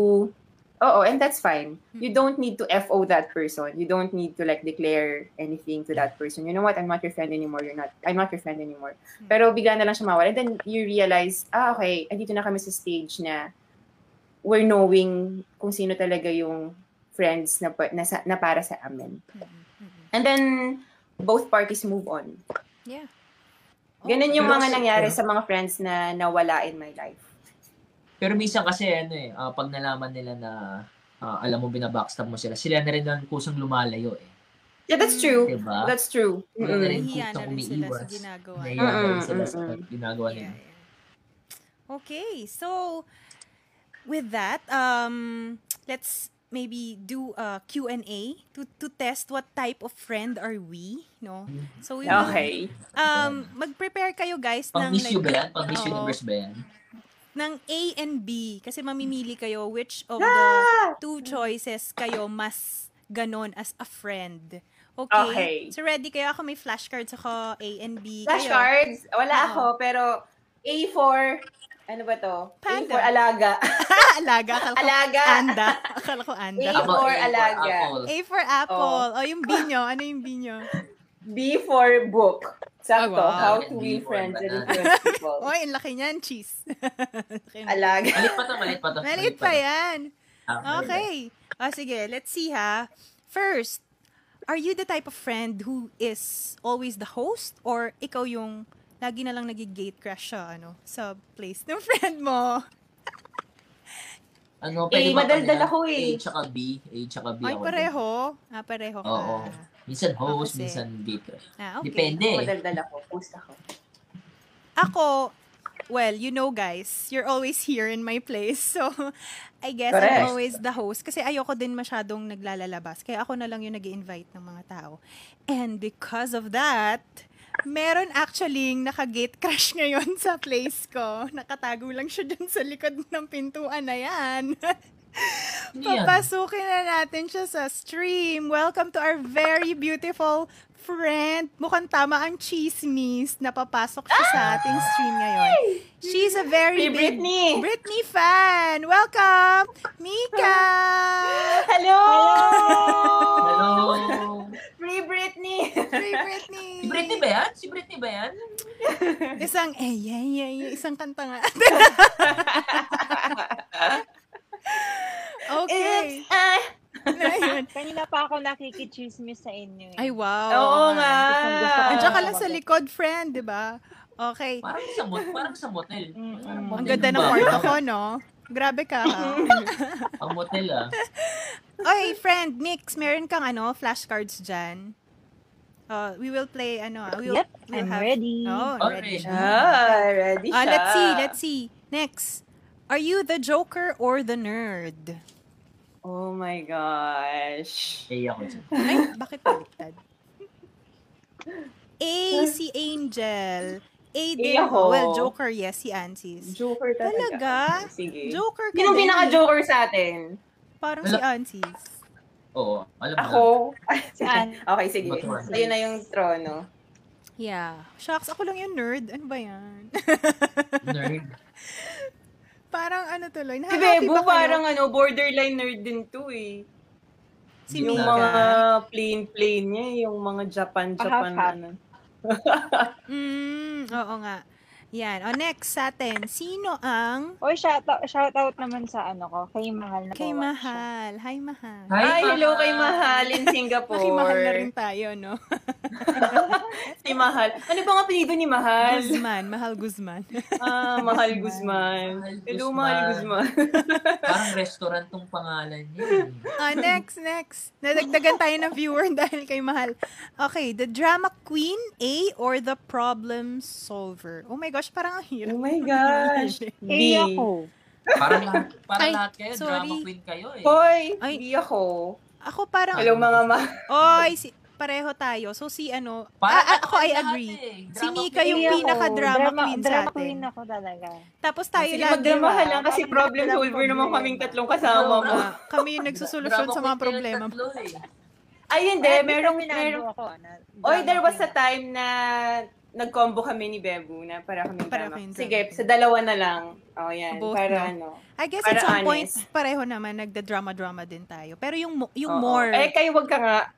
Speaker 3: oo, and that's fine. You
Speaker 1: Mm.
Speaker 3: don't need to FO that person. You don't need to like declare anything to that person. You know what? I'm not your friend anymore. You're not, I'm not your friend anymore.
Speaker 1: Mm.
Speaker 3: Pero bigla na lang siya mawala. And then you realize, ah, okay, andito na kami sa stage na we're knowing kung sino talaga yung friends na, pa- na, sa- na para sa amin.
Speaker 1: Mm, mm.
Speaker 3: And then, both parties move on.
Speaker 1: Yeah. Oh,
Speaker 3: Ganun yung
Speaker 4: Pero
Speaker 3: mga
Speaker 4: kasi-
Speaker 3: nangyari
Speaker 4: yeah.
Speaker 3: sa mga friends na nawala in my life.
Speaker 4: Pero minsan kasi ano eh, ah, pag nalaman nila na ah, alam mo binabackstab mo sila, sila na rin ang kusang lumalayo eh.
Speaker 3: Yeah, that's
Speaker 1: Mm.
Speaker 3: true.
Speaker 4: Diba?
Speaker 3: That's true.
Speaker 4: Wala na
Speaker 3: Mm-mm.
Speaker 4: rin
Speaker 1: Nahihiya na
Speaker 4: kung
Speaker 1: rin sila sa
Speaker 4: umiiwas.
Speaker 1: ginagawa.
Speaker 4: Ngayon,
Speaker 1: nila.
Speaker 4: mm sila sa
Speaker 3: Mm-mm,
Speaker 4: ginagawa nila.
Speaker 1: Yeah, yeah. Okay, so with that, um, let's maybe do a Q&A to to test what type of friend are we, no?
Speaker 4: Mm-hmm.
Speaker 1: So we will,
Speaker 3: Okay.
Speaker 1: um mag-prepare kayo guys
Speaker 4: Pang
Speaker 1: ng
Speaker 4: Miss
Speaker 1: like,
Speaker 4: You ba yan? Pang Miss
Speaker 1: Oo.
Speaker 4: Universe ba yan?
Speaker 1: ng A and B kasi mamimili kayo which of the
Speaker 3: Ah!
Speaker 1: two choices kayo mas ganon as a friend. Okay?
Speaker 3: Okay.
Speaker 1: So ready kayo? Ako may flashcards ako, A and B. kayo.
Speaker 3: Flashcards, wala
Speaker 1: Oo.
Speaker 3: ako, pero A4, ano ba to?
Speaker 1: Panda.
Speaker 3: A4, alaga.
Speaker 1: Ah, alaga. Akala ko
Speaker 3: alaga.
Speaker 1: anda. Akala ko anda.
Speaker 3: A
Speaker 4: eh,
Speaker 3: for alaga.
Speaker 1: A for
Speaker 4: Oh.
Speaker 1: apple. O, yung B nyo. Ano yung B nyo?
Speaker 3: B4 book.
Speaker 1: Ah,
Speaker 3: Sakto,
Speaker 1: wow.
Speaker 3: how to
Speaker 4: B4
Speaker 3: win friends and
Speaker 4: banana.
Speaker 3: influence people.
Speaker 1: Oy, ang laki niyan. Cheese. Laki niyan.
Speaker 3: Alaga.
Speaker 4: Malit Ano pa to, malit pa to.
Speaker 1: Maliit pa yan.
Speaker 4: Ah, malit pa.
Speaker 1: Okay. O, sige. Let's see, ha. First, are you the type of friend who is always the host or ikaw yung lagi na lang nagigate crush siya, ano, sa place ng friend mo?
Speaker 4: Ano,
Speaker 3: Eh,
Speaker 4: ba
Speaker 3: madaldal
Speaker 4: kanila?
Speaker 3: ako
Speaker 4: A
Speaker 3: eh.
Speaker 4: tsaka B. A tsaka B.
Speaker 1: Ay,
Speaker 4: ako
Speaker 1: pareho. Ah, pareho ka.
Speaker 4: Oo. din. Minsan
Speaker 1: Ako
Speaker 4: host,
Speaker 1: kasi.
Speaker 4: minsan gate.
Speaker 1: Ah, okay.
Speaker 4: Depende eh.
Speaker 3: Madaldal ako. Post ako.
Speaker 1: Ako, well, you know guys, you're always here in my place. So, I guess
Speaker 3: Correct.
Speaker 1: I'm always the host. Kasi ayoko din masyadong naglalalabas. Kaya ako na lang yung nag invite ng mga tao. And because of that, meron actually naka-gate crash ngayon sa place ko. Nakatago lang siya dyan sa likod ng pintuan na yan.
Speaker 4: Ano yan?
Speaker 1: Papasukin na natin siya sa stream. Welcome to our very beautiful friend. Mukhang tama ang chismis na papasok siya sa ating stream ngayon. She's a very
Speaker 3: Hey,
Speaker 1: big
Speaker 3: Brittany!
Speaker 1: Britney fan. Welcome, Mika!
Speaker 3: Hello!
Speaker 4: Hello!
Speaker 3: Free Britney!
Speaker 1: Free
Speaker 4: Si
Speaker 1: Britney!
Speaker 4: Britney ba yan? Si Britney ba yan?
Speaker 1: Isang, eh, yeah, yeah, yeah, isang kanta nga. okay.
Speaker 3: Oops! Ah!
Speaker 1: Na yun.
Speaker 5: Kanina pa ako nakikichismis sa inyo. eh.
Speaker 1: Ay, wow.
Speaker 3: Oo nga!
Speaker 1: Andiyan ka lang sa likod, friend, di ba? Okay.
Speaker 4: Parang sa, mot- parang sa motel.
Speaker 5: Mm-mm.
Speaker 4: Parang motel
Speaker 1: Ang ganda ng
Speaker 4: ba?
Speaker 1: kwarto ko, no? Grabe ka. ha?
Speaker 4: Ang motel ah.
Speaker 1: Oy, friend, Mix, meron kang ano, flashcards dyan. Uh, we will play ano, ah, we will,
Speaker 5: Yep,
Speaker 1: we'll
Speaker 5: I'm
Speaker 1: have-
Speaker 5: ready.
Speaker 1: Oh,
Speaker 4: Alright.
Speaker 1: ready. siya.
Speaker 3: Ah, ready siya.
Speaker 1: Ah, let's see, let's see. Next. Are you the joker or the nerd?
Speaker 3: Oh my gosh.
Speaker 4: Ay, ako dyan.
Speaker 1: Ay, bakit baliktad? A si Angel. A din.
Speaker 3: ako.
Speaker 1: Well, joker, yes, si Ansis.
Speaker 3: Joker
Speaker 1: Talaga?
Speaker 3: talaga. Sige.
Speaker 1: Joker ka
Speaker 3: Yun ang
Speaker 1: din.
Speaker 3: pinaka-joker sa atin.
Speaker 1: Parang si Ansis.
Speaker 4: Oo, alam mo.
Speaker 3: Ako.
Speaker 5: Saan?
Speaker 3: okay, sige.
Speaker 4: Batuan.
Speaker 3: Sa'yo na yung trono.
Speaker 1: Yeah. Shucks, ako lang yung nerd. Ano ba yan?
Speaker 4: na, Nerd.
Speaker 1: parang ano tuloy.
Speaker 3: Si
Speaker 1: Nahahappy
Speaker 3: Bebo
Speaker 1: ba kayo?
Speaker 3: parang ano, borderline nerd din to eh.
Speaker 1: si
Speaker 4: Yung
Speaker 3: Yung
Speaker 1: Mika.
Speaker 3: mga plain-plain
Speaker 1: Ah,
Speaker 3: ano. niya, yung mga Japan-Japan
Speaker 5: Half-half.
Speaker 3: ano.
Speaker 1: Mm, oo nga. Yan. O next sa atin, sino ang
Speaker 5: Oy, shout out, shout out naman sa ano ko, kay Mahal na
Speaker 1: kay
Speaker 5: bawa ko siya.
Speaker 1: Mahal? Hi, Mahal.
Speaker 3: Hi, hello kay
Speaker 4: Mahal.
Speaker 3: Mahal in Singapore.
Speaker 1: Kay Mahal na rin tayo, no?
Speaker 3: Si Mahal. Ano bang apelido ni Mahal?
Speaker 1: Guzman. Mahal Guzman.
Speaker 3: Ah, Mahal Guzman.
Speaker 4: Mahal
Speaker 3: Hello,
Speaker 4: Guzman.
Speaker 3: Mahal Guzman.
Speaker 4: Parang restaurant tong pangalan niya. eh.
Speaker 1: Ah, next, next. Nadagdagan tayo ng viewer dahil kay Mahal. Okay, the drama queen A or the problem solver? Oh my gosh, parang ang hirap.
Speaker 3: Oh my gosh.
Speaker 5: Eh,
Speaker 3: B.
Speaker 5: ako.
Speaker 4: Parang lahat, parang
Speaker 1: Ay,
Speaker 4: lahat kayo,
Speaker 1: sorry.
Speaker 4: drama queen kayo eh.
Speaker 3: Hoy,
Speaker 1: Ay.
Speaker 3: B ako.
Speaker 1: Ako parang,
Speaker 3: Hello, mga ma.
Speaker 1: oy, si, pareho tayo. So si ano, ah, ah,
Speaker 4: Parang lahat
Speaker 1: ako I
Speaker 4: lahat
Speaker 1: agree.
Speaker 4: eh.
Speaker 1: Si
Speaker 4: Drama
Speaker 1: Mika
Speaker 4: queen.
Speaker 1: yung
Speaker 5: Eh, ako.
Speaker 1: pinaka-drama queen sa
Speaker 5: drama
Speaker 1: atin.
Speaker 5: queen ako talaga.
Speaker 1: Tapos tayo
Speaker 3: Sige,
Speaker 1: lagi.
Speaker 3: magdrama ka
Speaker 5: ba?
Speaker 3: lang kasi problem solver naman kaming tatlong kasama mo.
Speaker 1: Ah, kami yung nagsusolusyon
Speaker 4: Drama
Speaker 1: sa mga
Speaker 4: queen kayo
Speaker 1: problema.
Speaker 4: tatlo eh.
Speaker 3: Ay, hindi.
Speaker 5: Ay,
Speaker 3: Merong,
Speaker 5: minado
Speaker 3: merong.
Speaker 5: ako.
Speaker 1: ano,
Speaker 5: Na,
Speaker 3: Oy,
Speaker 5: drama
Speaker 3: there was
Speaker 5: queen
Speaker 3: a time na nag-combo kami ni Bebu na para kaming
Speaker 1: Para
Speaker 3: drama.
Speaker 1: kaming drama.
Speaker 3: Sige, sa dalawa na lang. Oh, yan.
Speaker 1: Both na.
Speaker 3: para ano.
Speaker 1: I guess
Speaker 3: Para
Speaker 1: at some point,
Speaker 3: honest.
Speaker 1: pareho naman, nagda-drama-drama din tayo. Pero yung, mo- yung
Speaker 3: Oo.
Speaker 1: more,
Speaker 3: Eh, kayo wag ka nga.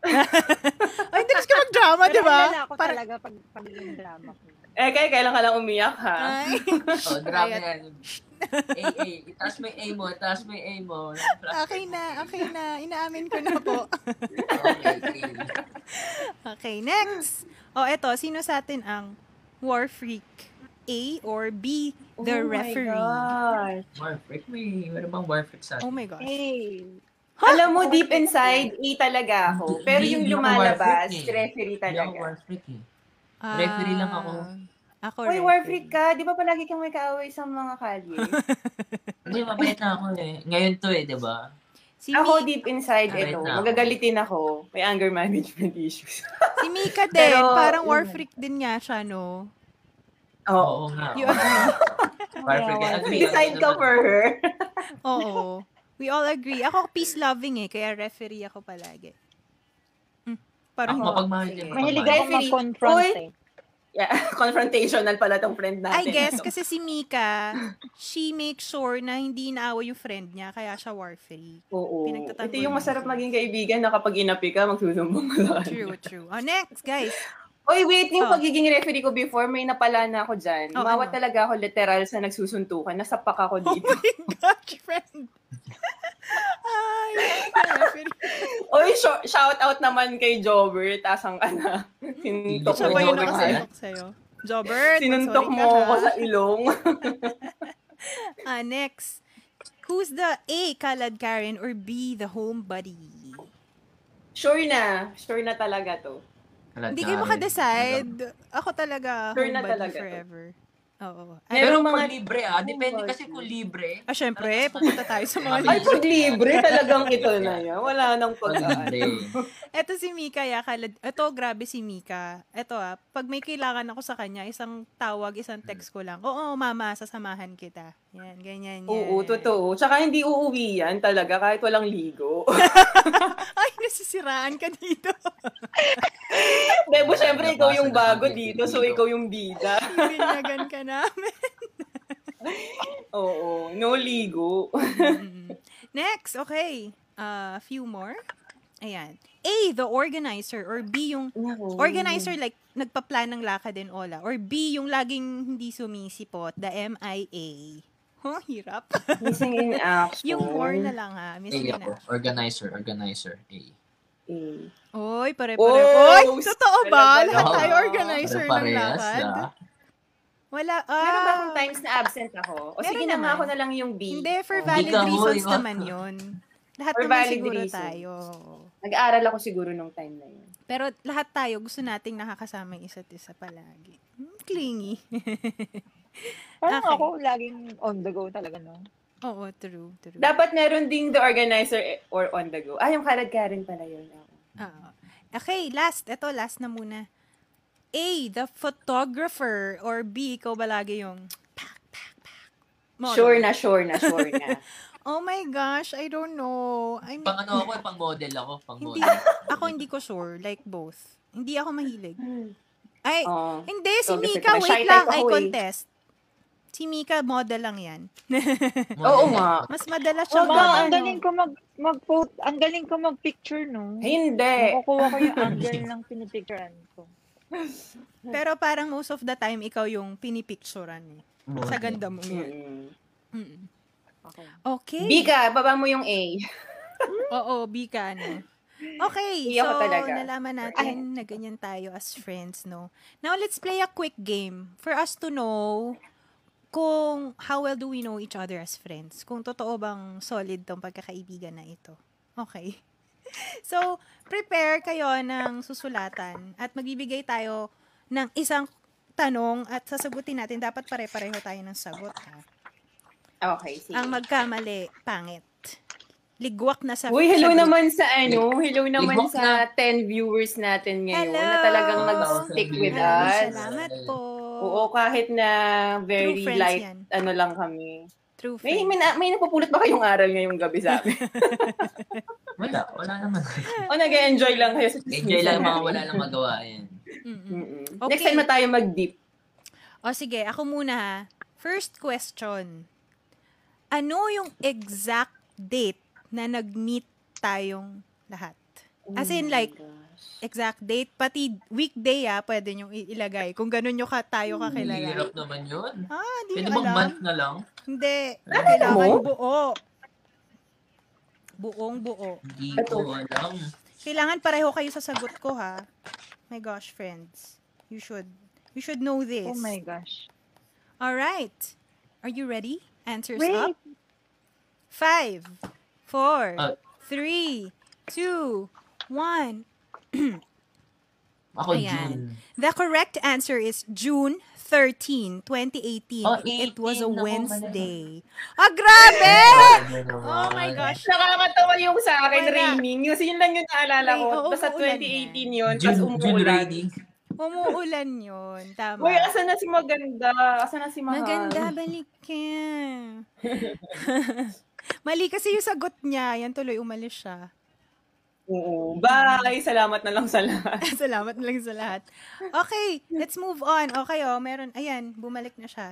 Speaker 1: ay, hindi kasi ka mag-drama,
Speaker 5: Pero
Speaker 1: di ba?
Speaker 5: kilala ako
Speaker 1: Para-
Speaker 5: talaga pag pagiging drama queen.
Speaker 3: Eh, kayo kailan ka lang umiyak, ha?
Speaker 1: Ay.
Speaker 4: Oh, drama
Speaker 1: Ayan.
Speaker 4: yan. A, A. Itaas mo yung A mo, itaas mo yung A mo.
Speaker 1: Okay na, okay na. Inaamin ko na po.
Speaker 4: Okay, okay.
Speaker 1: Okay, next. O, eto, sino sa atin ang war freak? A or B, the
Speaker 3: Oh my
Speaker 1: referee?
Speaker 3: gosh.
Speaker 4: Warfreak, may, meron bang warfreak sa
Speaker 1: Oh
Speaker 4: atin?
Speaker 1: my gosh.
Speaker 5: Hey,
Speaker 3: Alam mo, deep inside, E talaga ako. Pero
Speaker 4: Hindi-
Speaker 3: yung
Speaker 4: hindi ako
Speaker 3: lumalabas,
Speaker 4: warfreak eh.
Speaker 3: referee
Speaker 4: Hindi ako
Speaker 3: talaga.
Speaker 4: warfreak eh.
Speaker 1: Ah,
Speaker 4: Referee lang ako.
Speaker 1: Ako
Speaker 3: Uy, war freak ka. Di ba palagi kang may kaaway sa mga kalye?
Speaker 4: Hindi, mabait na ako eh. Ngayon to eh, di ba?
Speaker 1: Si, Mi-
Speaker 3: ako deep inside,
Speaker 4: Alright
Speaker 3: ito.
Speaker 4: na ako.
Speaker 3: Magagalitin ako. May anger management issues.
Speaker 1: si Mika din,
Speaker 3: Pero,
Speaker 1: parang war
Speaker 3: yun.
Speaker 1: freak din nga siya, no? Oh.
Speaker 4: Oo
Speaker 3: Oo.
Speaker 4: nga.
Speaker 1: You-
Speaker 4: Warfreak. I agree.
Speaker 3: Decide ka for her.
Speaker 1: Oo. We all agree. Ako peace loving eh, kaya referee ako palagi. Hmm, Parang
Speaker 4: Ako mapagmahal
Speaker 3: Sige.
Speaker 4: din.
Speaker 5: mahilig
Speaker 4: mapagmahal.
Speaker 5: ako
Speaker 3: Referee.
Speaker 5: mag-confront
Speaker 3: Uy.
Speaker 5: eh.
Speaker 3: Yeah, confrontational pala tong friend natin.
Speaker 1: I guess kasi si Mika, she makes sure na hindi inaaway yung friend niya, kaya siya war freak.
Speaker 3: Oo.
Speaker 1: pinagtatago
Speaker 3: Ito yung
Speaker 1: niya.
Speaker 3: masarap maging kaibigan na kapag inapi ka, magsusumbong ka sa kanya.
Speaker 1: True, true. Oh, next, guys.
Speaker 3: Oy, wait, yung
Speaker 1: Oh.
Speaker 3: pagiging referee ko before, may napala na ako dyan.
Speaker 1: Oh,
Speaker 3: Mawat
Speaker 1: ano?
Speaker 3: talaga ako literal sa nagsusuntukan. Nasapak ako
Speaker 1: Oh
Speaker 3: dito.
Speaker 1: my gosh, friend. Ay, referee.
Speaker 3: Oy, sho- shout out naman kay Jobber. Tasang ka na. Sinuntok
Speaker 1: Siya
Speaker 3: mo
Speaker 1: ba yung
Speaker 4: Jobber
Speaker 3: ako sa-
Speaker 1: nakasuntok sa'yo? Jobert,
Speaker 3: Sinuntok
Speaker 1: sorry
Speaker 3: mo
Speaker 1: ka,
Speaker 3: ako
Speaker 1: ha?
Speaker 3: sa ilong.
Speaker 1: Ah, next. Who's the A, Kalad Karen, or B, the homebody?
Speaker 3: Sure na. Sure na talaga to.
Speaker 4: Kalad
Speaker 1: Hindi kayo
Speaker 4: na rin.
Speaker 1: makadecide. Ako talaga,
Speaker 3: Sure na
Speaker 1: homebody
Speaker 3: talaga to.
Speaker 1: forever. Oo. Ay,
Speaker 3: Meron
Speaker 4: Pero
Speaker 3: mga-
Speaker 4: mga libre ah, depende
Speaker 3: Oh,
Speaker 4: kasi kung libre.
Speaker 1: ah, syempre, pupunta tayo sa mga
Speaker 4: Ay,
Speaker 3: Ay,
Speaker 1: list.
Speaker 3: pag libre talagang ito na yun. Wala nang
Speaker 4: Pag
Speaker 3: pag
Speaker 4: libre.
Speaker 1: Eto si Mika, ya, Kalad. Eto, grabe si Mika. Eto ah, pag may kailangan ako sa kanya, isang tawag, isang text ko lang. Oo, mama, sasamahan kita. Yan, ganyan yan.
Speaker 3: Oo, totoo. Tsaka hindi uuwi yan talaga kahit walang ligo.
Speaker 1: Ay, nasisiraan ka dito.
Speaker 3: Bebo, syempre ikaw yung bago dito, so ikaw yung bida.
Speaker 1: Binyagan ka namin.
Speaker 3: Oo, no ligo.
Speaker 1: Mm. Next, okay. Uh, A few more. Ayan. A, the organizer. Or B, yung organizer, like, nagpa-plan ng lakad and ola. Or B, yung laging hindi sumisipot. The MIA. Huh, hirap.
Speaker 3: Missing in action.
Speaker 1: yung more na lang, ha? Miss
Speaker 4: A
Speaker 1: ko
Speaker 4: ako.
Speaker 1: na.
Speaker 4: Organizer, organizer. A.
Speaker 3: Eh.
Speaker 1: Oy, pare-pare.
Speaker 3: Oh,
Speaker 1: Oy, totoo ba?
Speaker 3: talaga.
Speaker 1: Lahat tayo
Speaker 3: Oo.
Speaker 1: organizer ng
Speaker 4: Pare-parehas ah.
Speaker 1: lakad?
Speaker 4: na.
Speaker 1: Wala.
Speaker 3: Meron ba
Speaker 1: Ah,
Speaker 3: akong times na absent ako? O
Speaker 1: Meron
Speaker 3: sige na nga
Speaker 1: naman.
Speaker 3: ako na lang yung B.
Speaker 1: hindi, for
Speaker 3: Oh.
Speaker 1: valid
Speaker 4: Hindi ka
Speaker 1: reasons
Speaker 4: huli, wag
Speaker 1: naman
Speaker 4: ka.
Speaker 1: yun. Lahat
Speaker 3: For
Speaker 1: naman
Speaker 3: valid
Speaker 1: siguro
Speaker 3: reasons.
Speaker 1: tayo.
Speaker 3: Nag-aaral ako siguro nung time na yun.
Speaker 1: Pero lahat tayo gusto nating nakakasama yung isa't isa palagi. Hmm, clingy.
Speaker 5: Parang
Speaker 1: Okay.
Speaker 5: ako laging on the go talaga, no?
Speaker 1: Oo, true, true.
Speaker 3: Dapat meron ding the organizer eh, or on the go. Ah, yung karad Karen pala yun.
Speaker 1: Oo. Okay, last. Ito, last na muna. A, the photographer. Or B, ikaw ba lagi yung pak, pak, pak. Model.
Speaker 3: Sure na, sure na, sure na.
Speaker 1: Oh my gosh, I don't know. I'm,
Speaker 4: Pang ano ako, eh, pang model ako. Pang
Speaker 1: hindi,
Speaker 4: model.
Speaker 1: ako hindi ko sure. Like both. Hindi ako mahilig. Ay,
Speaker 3: Oo.
Speaker 1: Hindi, si Mika,
Speaker 3: Photographer ka na. Oh, Shy
Speaker 1: wait
Speaker 3: type
Speaker 1: lang,
Speaker 3: ako
Speaker 1: I
Speaker 3: eh.
Speaker 1: contest. Si Mika, model lang yan.
Speaker 4: Model
Speaker 3: Oo
Speaker 4: ako.
Speaker 3: nga.
Speaker 1: Mas madalas siya
Speaker 5: So,
Speaker 3: Wag ka,
Speaker 5: ma, ang
Speaker 3: ano.
Speaker 5: galing ko mag mag ang galing ko mag-picture, no?
Speaker 3: Hindi.
Speaker 5: Nakukuha ko Oh yung angle ng pinipicturean ko.
Speaker 1: Pero parang most of the time, ikaw yung pinipicturean eh. Sa ganda mo yan.
Speaker 3: Mm.
Speaker 1: Mm.
Speaker 5: Okay.
Speaker 1: Okay.
Speaker 3: Bika, baba mo yung A.
Speaker 1: Oo, bika, no? Okay,
Speaker 3: Hindi ako
Speaker 1: so
Speaker 3: talaga.
Speaker 1: nalaman natin na ganyan tayo as friends, no? Now, let's play a quick game for us to know kung how well do we know each other as friends. Kung totoo bang solid tong pagkakaibigan na ito. Okay. So, prepare kayo ng susulatan at magbibigay tayo ng isang tanong at sasagutin natin. Dapat pare-pareho tayo ng sagot, ha?
Speaker 3: Okay, sige.
Speaker 1: Ang magkamali, pangit. Ligwak na sa
Speaker 3: Uy, hello
Speaker 1: sa-
Speaker 3: naman sa ano, hello naman
Speaker 4: Ligwak
Speaker 3: sa 10 viewers natin ngayon
Speaker 1: Hello!
Speaker 3: na talagang nag-stick with
Speaker 1: Maraming
Speaker 3: us.
Speaker 1: Salamat po.
Speaker 3: Oo, kahit na very
Speaker 1: True friends
Speaker 3: light
Speaker 1: yan.
Speaker 3: ano lang kami.
Speaker 1: True
Speaker 3: May,
Speaker 1: friends.
Speaker 3: may, na- may napupulot ba kayong aral ngayong gabi sa amin?
Speaker 4: Wala, wala naman.
Speaker 3: o nag-enjoy lang kayo sa
Speaker 4: Enjoy lang
Speaker 3: chismisan
Speaker 4: mga
Speaker 3: namin?
Speaker 4: wala lang magawa. Ayan.
Speaker 1: Mm-mm.
Speaker 3: Mm-mm.
Speaker 1: Okay.
Speaker 3: Next time na tayo mag-deep.
Speaker 1: O sige, ako muna ha. First question. Ano yung exact date na nag-meet tayong lahat? As in,
Speaker 4: Mm.
Speaker 3: Oh my
Speaker 1: like,
Speaker 3: gosh.
Speaker 1: Exact date, pati weekday ah, pwede nyo i- ilagay. Kung ganun nyo ka, tayo kakilala.
Speaker 4: Mm. Hirap naman yun.
Speaker 1: Ah, di
Speaker 4: Pwede
Speaker 1: nyo
Speaker 4: bang
Speaker 1: alam.
Speaker 4: month na lang?
Speaker 1: Hindi.
Speaker 4: Alam mo?
Speaker 1: Kailangan buo. Buong buo.
Speaker 4: Hindi
Speaker 3: Ito.
Speaker 4: ko alam.
Speaker 1: Kailangan pareho kayo sa sagot ko ha. My gosh, friends. You should you should know this.
Speaker 5: Oh my gosh.
Speaker 1: All right. Are you ready? Answers
Speaker 5: Wait.
Speaker 1: up. Five, four,
Speaker 4: Ah.
Speaker 1: three, two, one.
Speaker 4: Ako,
Speaker 1: Ayan.
Speaker 4: June.
Speaker 1: The correct answer is June 13, 2018.
Speaker 4: Oh,
Speaker 1: it was a
Speaker 4: 18 na po pala.
Speaker 1: Wednesday. Ah, grabe!
Speaker 4: Ano naman?
Speaker 1: Oh my gosh.
Speaker 3: Nakakatawa yung sa akin,
Speaker 1: Wala.
Speaker 3: raining. Yun, yun lang yung naalala ko.
Speaker 1: Ay, oo,
Speaker 3: Basta
Speaker 1: umuulan
Speaker 3: 2018 yun, tapos
Speaker 4: June, June
Speaker 3: umuulan.
Speaker 4: rainy.
Speaker 1: Umuulan yun. Tama.
Speaker 3: Uy, asan na si Maganda? Asan na si Mahal?
Speaker 1: Maganda, balikin. Mali kasi yung sagot niya. Yan tuloy, umalis siya.
Speaker 3: Oo. Bye! Salamat na lang sa lahat.
Speaker 1: Salamat lang sa lahat. Okay, let's move on. Okay, oh, meron. Ayan, bumalik na siya.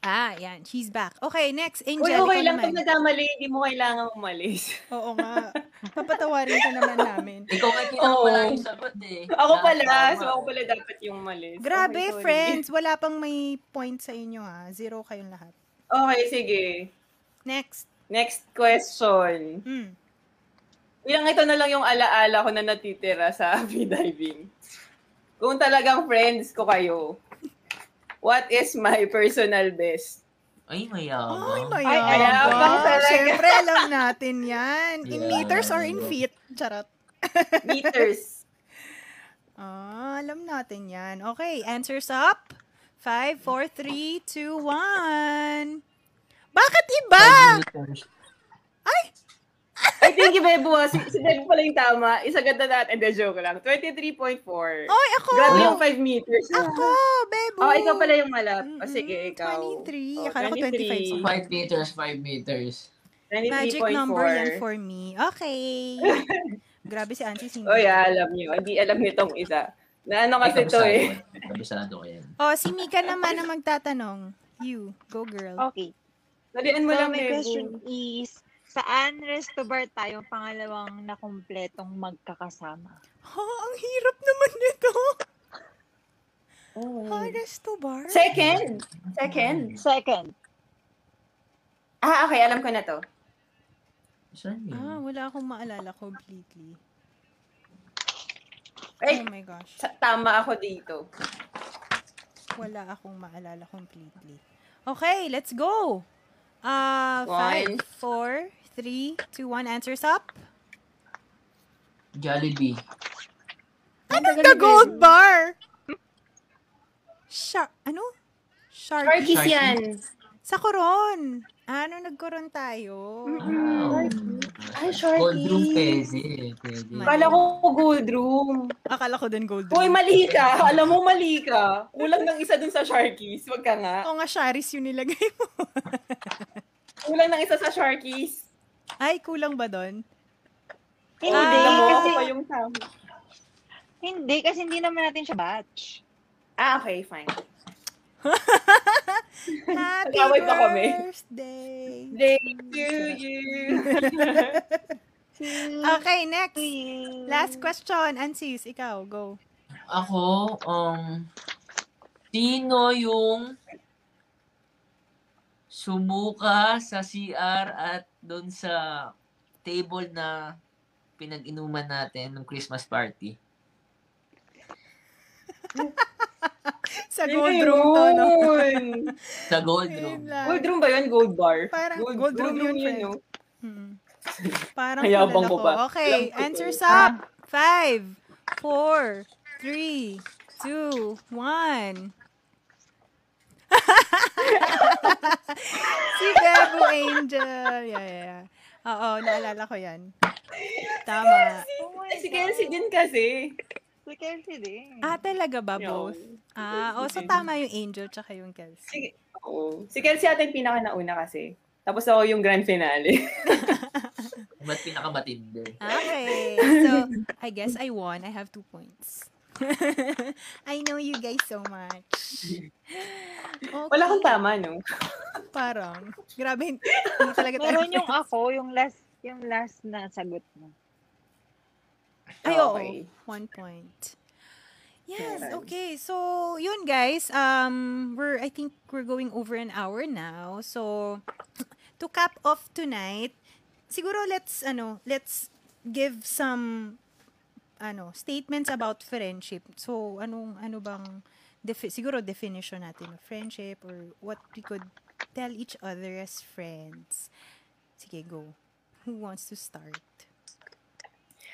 Speaker 1: Ah, ayan. She's back. Okay, next.
Speaker 3: Uy,
Speaker 1: Angelica
Speaker 3: okay lang.
Speaker 1: naman.
Speaker 3: Pag nagkamali, hindi mo kailangan umalis.
Speaker 1: Oo nga. Papatawarin ka naman namin.
Speaker 4: Ikaw nga pinakamalayo yung sagot eh.
Speaker 3: Oh. Ako pala.
Speaker 4: Nakakatawa.
Speaker 3: So, ako pala dapat yung umalis. Okay,
Speaker 1: Grabe,
Speaker 3: sorry.
Speaker 1: friends. Wala pang may point sa inyo, ha? Zero kayong lahat.
Speaker 3: Okay, sige.
Speaker 1: Next.
Speaker 3: Next question.
Speaker 1: Mm.
Speaker 3: Yung ito na lang yung alaala ko na natitira sa free diving. Kung talagang friends ko kayo, what is my personal best?
Speaker 4: Ay, mayaman.
Speaker 1: Ay,
Speaker 5: Ay,
Speaker 1: mayabang.
Speaker 5: ayabang
Speaker 3: talaga.
Speaker 1: Siyempre, alam natin yan. In
Speaker 4: Yeah.
Speaker 1: meters or in feet? Charot.
Speaker 3: Meters.
Speaker 1: Ah, alam natin yan. Okay, answers up. 5, 4, 3, 2, 1. Bakit iba?
Speaker 3: I think si Bebo, ah, si, si Bebo pala yung tama. Isagad na natin. Hindi, joke lang. 23.4.
Speaker 1: Oy, ako!
Speaker 3: Grabe yung 5 meters.
Speaker 1: Ako, bebo!
Speaker 3: Oh, ikaw pala yung malap.
Speaker 1: Mm-mm,
Speaker 3: O, sige, ikaw.
Speaker 1: 23.
Speaker 3: Oh,
Speaker 1: Akala ko 25.
Speaker 3: 23.
Speaker 4: 5 meters, 5 meters.
Speaker 1: Magic number yan for me. Okay. Grabe si Auntie Cindy.
Speaker 3: O, Oh, yeah, alam niyo. Hindi alam nitong isa. Na ano kasi
Speaker 4: Ay,
Speaker 3: to
Speaker 4: kabisado ko
Speaker 3: eh.
Speaker 4: yan. Kabisado ko yan.
Speaker 1: Oh, si Mika naman ang magtatanong. You, go girl.
Speaker 3: Oh.
Speaker 5: Okay.
Speaker 3: Nalian mo
Speaker 5: So,
Speaker 3: lang,
Speaker 5: my
Speaker 3: Bebo.
Speaker 5: question is, saan restobar tayo pangalawang na kumpletong magkakasama?
Speaker 1: Ha, ang hirap naman nito.
Speaker 3: Oh.
Speaker 1: Hardest to bar.
Speaker 3: Second. Second.
Speaker 5: Second.
Speaker 3: Ah, okay. Alam ko na to.
Speaker 4: Saan yun?
Speaker 1: Ah, wala akong maalala completely.
Speaker 3: Ay,
Speaker 1: Oh my gosh.
Speaker 3: sa- tama ako dito.
Speaker 1: Wala akong maalala completely. Okay, let's go. Ah,
Speaker 3: One.
Speaker 1: five, four, three, two, one. Answers up.
Speaker 4: Jollibee.
Speaker 1: Anong the gold bar? Shark, ano? Shark.
Speaker 3: Sharkies
Speaker 4: Sharky.
Speaker 3: yan.
Speaker 1: Sa koron. Ano, nagkoron tayo?
Speaker 4: Wow.
Speaker 3: Ay, Sharky.
Speaker 4: Gold room pwede. Pwede.
Speaker 1: Mali.
Speaker 3: Kala ko gold room.
Speaker 1: Akala ko din gold.
Speaker 3: Hoy,
Speaker 1: bar.
Speaker 3: mali ka. Alam mo, mali ka. Kulang ng isa dun sa Sharkies. Wag ka nga.
Speaker 1: Oo nga, Sharis yung nilagay mo.
Speaker 3: Kulang ng isa sa Sharkies.
Speaker 1: Ay, kulang ba doon?
Speaker 3: Oh,
Speaker 5: Hindi,
Speaker 1: Ay,
Speaker 3: tignan mo ako
Speaker 5: kasi,
Speaker 3: pa yung tama.
Speaker 5: hindi, kasi hindi naman natin siya batch.
Speaker 3: Ah, okay, fine.
Speaker 1: Happy
Speaker 3: Nag-away pa kami.
Speaker 1: birthday!
Speaker 3: Thank you.
Speaker 1: Okay, next.
Speaker 3: Hmm. Ah,
Speaker 5: Please. Oh
Speaker 1: Last question. Ansis, ikaw, go.
Speaker 4: Ako, um, sino yung sumuka sa CR at doon sa table na pinag-inuman natin ng Christmas party?
Speaker 1: Sa gold room to, no?
Speaker 3: Ayun.
Speaker 4: Sa gold
Speaker 1: Ayun
Speaker 4: room.
Speaker 1: lang.
Speaker 3: Gold room ba yun? Gold bar?
Speaker 1: Parang gold room yun, friend.
Speaker 3: no?
Speaker 1: Hmm. Parang
Speaker 3: Hayabang
Speaker 1: kilala
Speaker 3: ko
Speaker 1: ko.
Speaker 3: pa.
Speaker 1: Okay,
Speaker 3: Alam ko
Speaker 1: answers up. Five, four, three, two, one. si Gabo Angel. Yeah, yeah, yeah. Oo, naalala ko yan. Tama.
Speaker 5: Oh my
Speaker 3: Si
Speaker 5: God.
Speaker 3: Kelsey din kasi.
Speaker 5: Si Kelsey din.
Speaker 1: Ah, talaga ba both?
Speaker 3: Yun.
Speaker 1: Ah, oh, so tama yung Angel tsaka yung Kelsey.
Speaker 3: Si, oo. si Kelsey ata yung pinakanauna kasi. Tapos ako yung grand finale.
Speaker 4: Ba't pinakamatindi?
Speaker 1: Okay. So, I guess I won. I have two points. I know you guys so much. Okay.
Speaker 3: Wala kang tama, no?
Speaker 1: Parang. Grabe, hindi hindi talaga tayo.
Speaker 5: Meron yung ako, yung last yung last na sagot mo.
Speaker 1: Ay, oo.
Speaker 3: Ah, Okay.
Speaker 1: One point. Yes,
Speaker 3: Meron.
Speaker 1: okay. So, yun guys. Um, we're, I think we're going over an hour now. So, to cap off tonight, siguro let's, ano, let's give some, ano, statements about friendship. So, anong, ano bang, defi- siguro definition natin of friendship or what we could tell each other as friends. Sige, go. Who wants to start?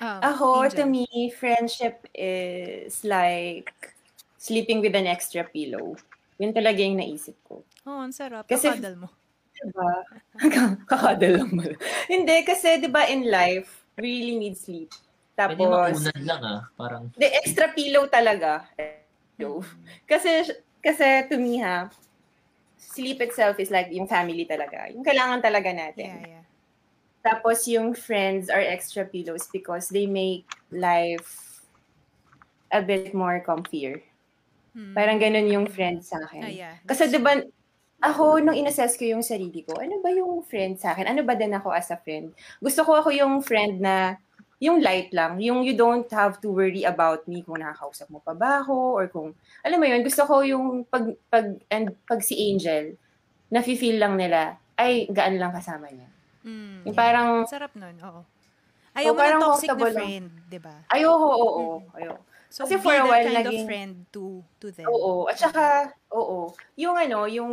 Speaker 1: Um,
Speaker 3: Ako, to
Speaker 1: Angel.
Speaker 3: me, friendship is like sleeping with an extra pillow. Yun talaga yung naisip ko.
Speaker 1: Oo, ang sarap.
Speaker 3: Kasi-
Speaker 1: Kakadal mo.
Speaker 3: Diba? Kakadal lang pala. Hindi, kasi di ba in life, we really need sleep.
Speaker 4: Pwede
Speaker 3: Tapos,
Speaker 4: makunan lang ah. Parang,
Speaker 3: the extra pillow talaga. Pillow. Kasi, kasi to me ha, sleep itself is like yung family talaga. Yung kailangan talaga natin.
Speaker 1: Yeah, yeah.
Speaker 3: Tapos yung friends are extra pillows because they make life a bit more comfier.
Speaker 1: Mm.
Speaker 3: Parang ganun yung friends sa akin.
Speaker 1: Ah, yeah.
Speaker 3: Kasi diba-
Speaker 1: That's
Speaker 3: 'di ba ako nung inassess ko yung sarili ko, ano ba yung friend sa akin? Ano ba din ako as a friend? Gusto ko ako yung friend na yung light lang, yung you don't have to worry about me kung nakakausap mo pa ba ako or kung alam mo yun, gusto ko yung pag pag and pag si Angel na feel lang nila ay gaan lang kasama niya.
Speaker 1: true. Mm.
Speaker 3: Yung
Speaker 1: Ang
Speaker 3: parang
Speaker 1: sarap nun, oo. Ayaw mo ng
Speaker 3: Oo, Oh, parang
Speaker 1: toxic na
Speaker 3: comfortable lang.
Speaker 1: friend, di ba?
Speaker 3: Ayoko, oo, oo. Ayoko.
Speaker 1: So,
Speaker 3: Kasi
Speaker 1: be
Speaker 3: for a
Speaker 1: that
Speaker 3: while,
Speaker 1: kind of
Speaker 3: naging-
Speaker 1: friend to to them.
Speaker 3: Oo. At saka, oo. Yung ano, yung,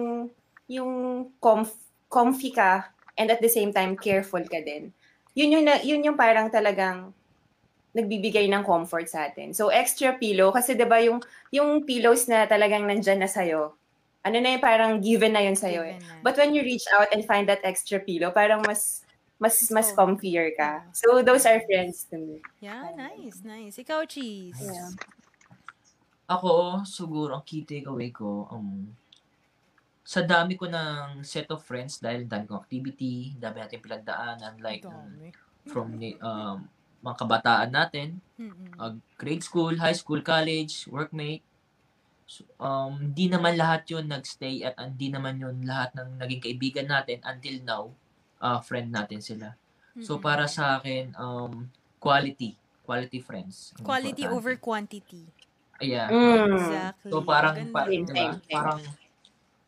Speaker 3: yung comf- comfy ka and at the same time, careful ka din. Yun yung, na- yun yung parang talagang nagbibigay ng comfort sa atin. So, extra pillow. Kasi 'di ba yung, yung pillows na talagang nandyan na sa'yo, ano na yung parang given na yun sa'yo eh.
Speaker 1: Given na.
Speaker 3: But when you reach out and find that extra pillow, parang mas, mas, mas
Speaker 1: Oh.
Speaker 3: comfier ka. So, those are friends to me.
Speaker 1: yeah, nice, nice. Ikaw, Cheese.
Speaker 3: Yeah.
Speaker 4: Ako, siguro, ang key takeaway ko, um, sa dami ko ng set of friends dahil dami kong activity, dami natin pinagdaanan, like, um,
Speaker 1: Dami.
Speaker 4: from ni- um, mga kabataan natin,
Speaker 1: Mm-mm.
Speaker 4: uh, grade school, high school, college, workmate. So, um, di naman lahat yun nagstay at hindi naman yun lahat ng naging kaibigan natin until now, uh, friend natin sila. So
Speaker 1: Mm-mm.
Speaker 4: para sa akin, um, quality. Quality friends. ang
Speaker 1: Quality
Speaker 4: importante.
Speaker 1: over quantity.
Speaker 4: Yeah.
Speaker 3: Mm.
Speaker 1: Exactly.
Speaker 4: So parang,
Speaker 1: Ganda.
Speaker 4: parang,
Speaker 3: Same,
Speaker 4: diba?
Speaker 3: same, same.
Speaker 4: parang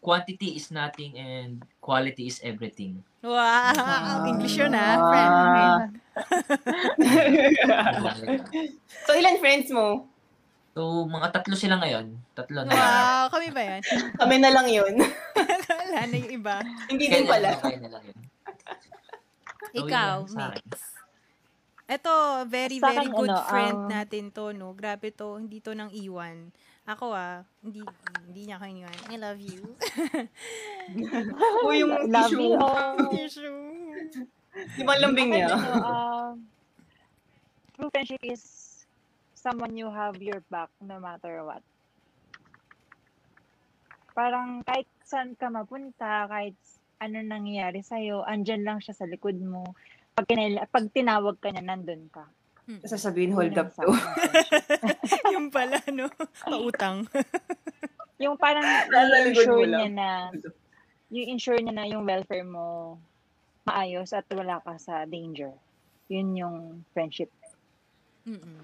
Speaker 4: quantity is nothing and quality is everything.
Speaker 1: Wow! English yun, ah,
Speaker 3: Ah.
Speaker 1: friend.
Speaker 3: so, ilan friends mo?
Speaker 4: Diba? so, mga tatlo sila ngayon. Tatlo na.
Speaker 1: Wow! Kami ba yan?
Speaker 3: Kami na lang yun.
Speaker 1: Wala na yung iba.
Speaker 3: Hindi
Speaker 4: Kaya
Speaker 3: din
Speaker 4: na
Speaker 3: pala.
Speaker 4: lang, kaya na lang yun. So, yun
Speaker 1: Ikaw,
Speaker 4: lang sa
Speaker 1: Mick.
Speaker 4: akin.
Speaker 1: Eto, very,
Speaker 5: Sa
Speaker 1: very
Speaker 5: akin,
Speaker 1: good
Speaker 5: ano,
Speaker 1: friend
Speaker 5: ang-
Speaker 1: natin to, no? Grabe to, hindi to nang iwan. Ako ah, hindi, hindi niya ako iniwan. I love you.
Speaker 3: O yung
Speaker 5: Love
Speaker 3: tissue.
Speaker 5: you. all.
Speaker 1: Tissue.
Speaker 3: Di ba ang lambing
Speaker 5: Ano,
Speaker 3: niya?
Speaker 5: um, true friendship is someone you have your back no matter what. Parang kahit saan ka mapunta, kahit ano nangyayari sa'yo, andyan lang siya sa likod mo. Pag, kinaila- pag tinawag ka niya, nandun ka.
Speaker 3: Sasabihin, hold
Speaker 5: Yun
Speaker 3: up to.
Speaker 5: ang sa akin.
Speaker 1: yung pala, no? Pautang.
Speaker 5: Yung parang
Speaker 3: Nasa likod mo
Speaker 5: i-insure
Speaker 3: lang.
Speaker 5: niya na yung insure niya na yung welfare mo maayos at wala ka sa danger. Yun yung friendship.
Speaker 1: Mm-mm.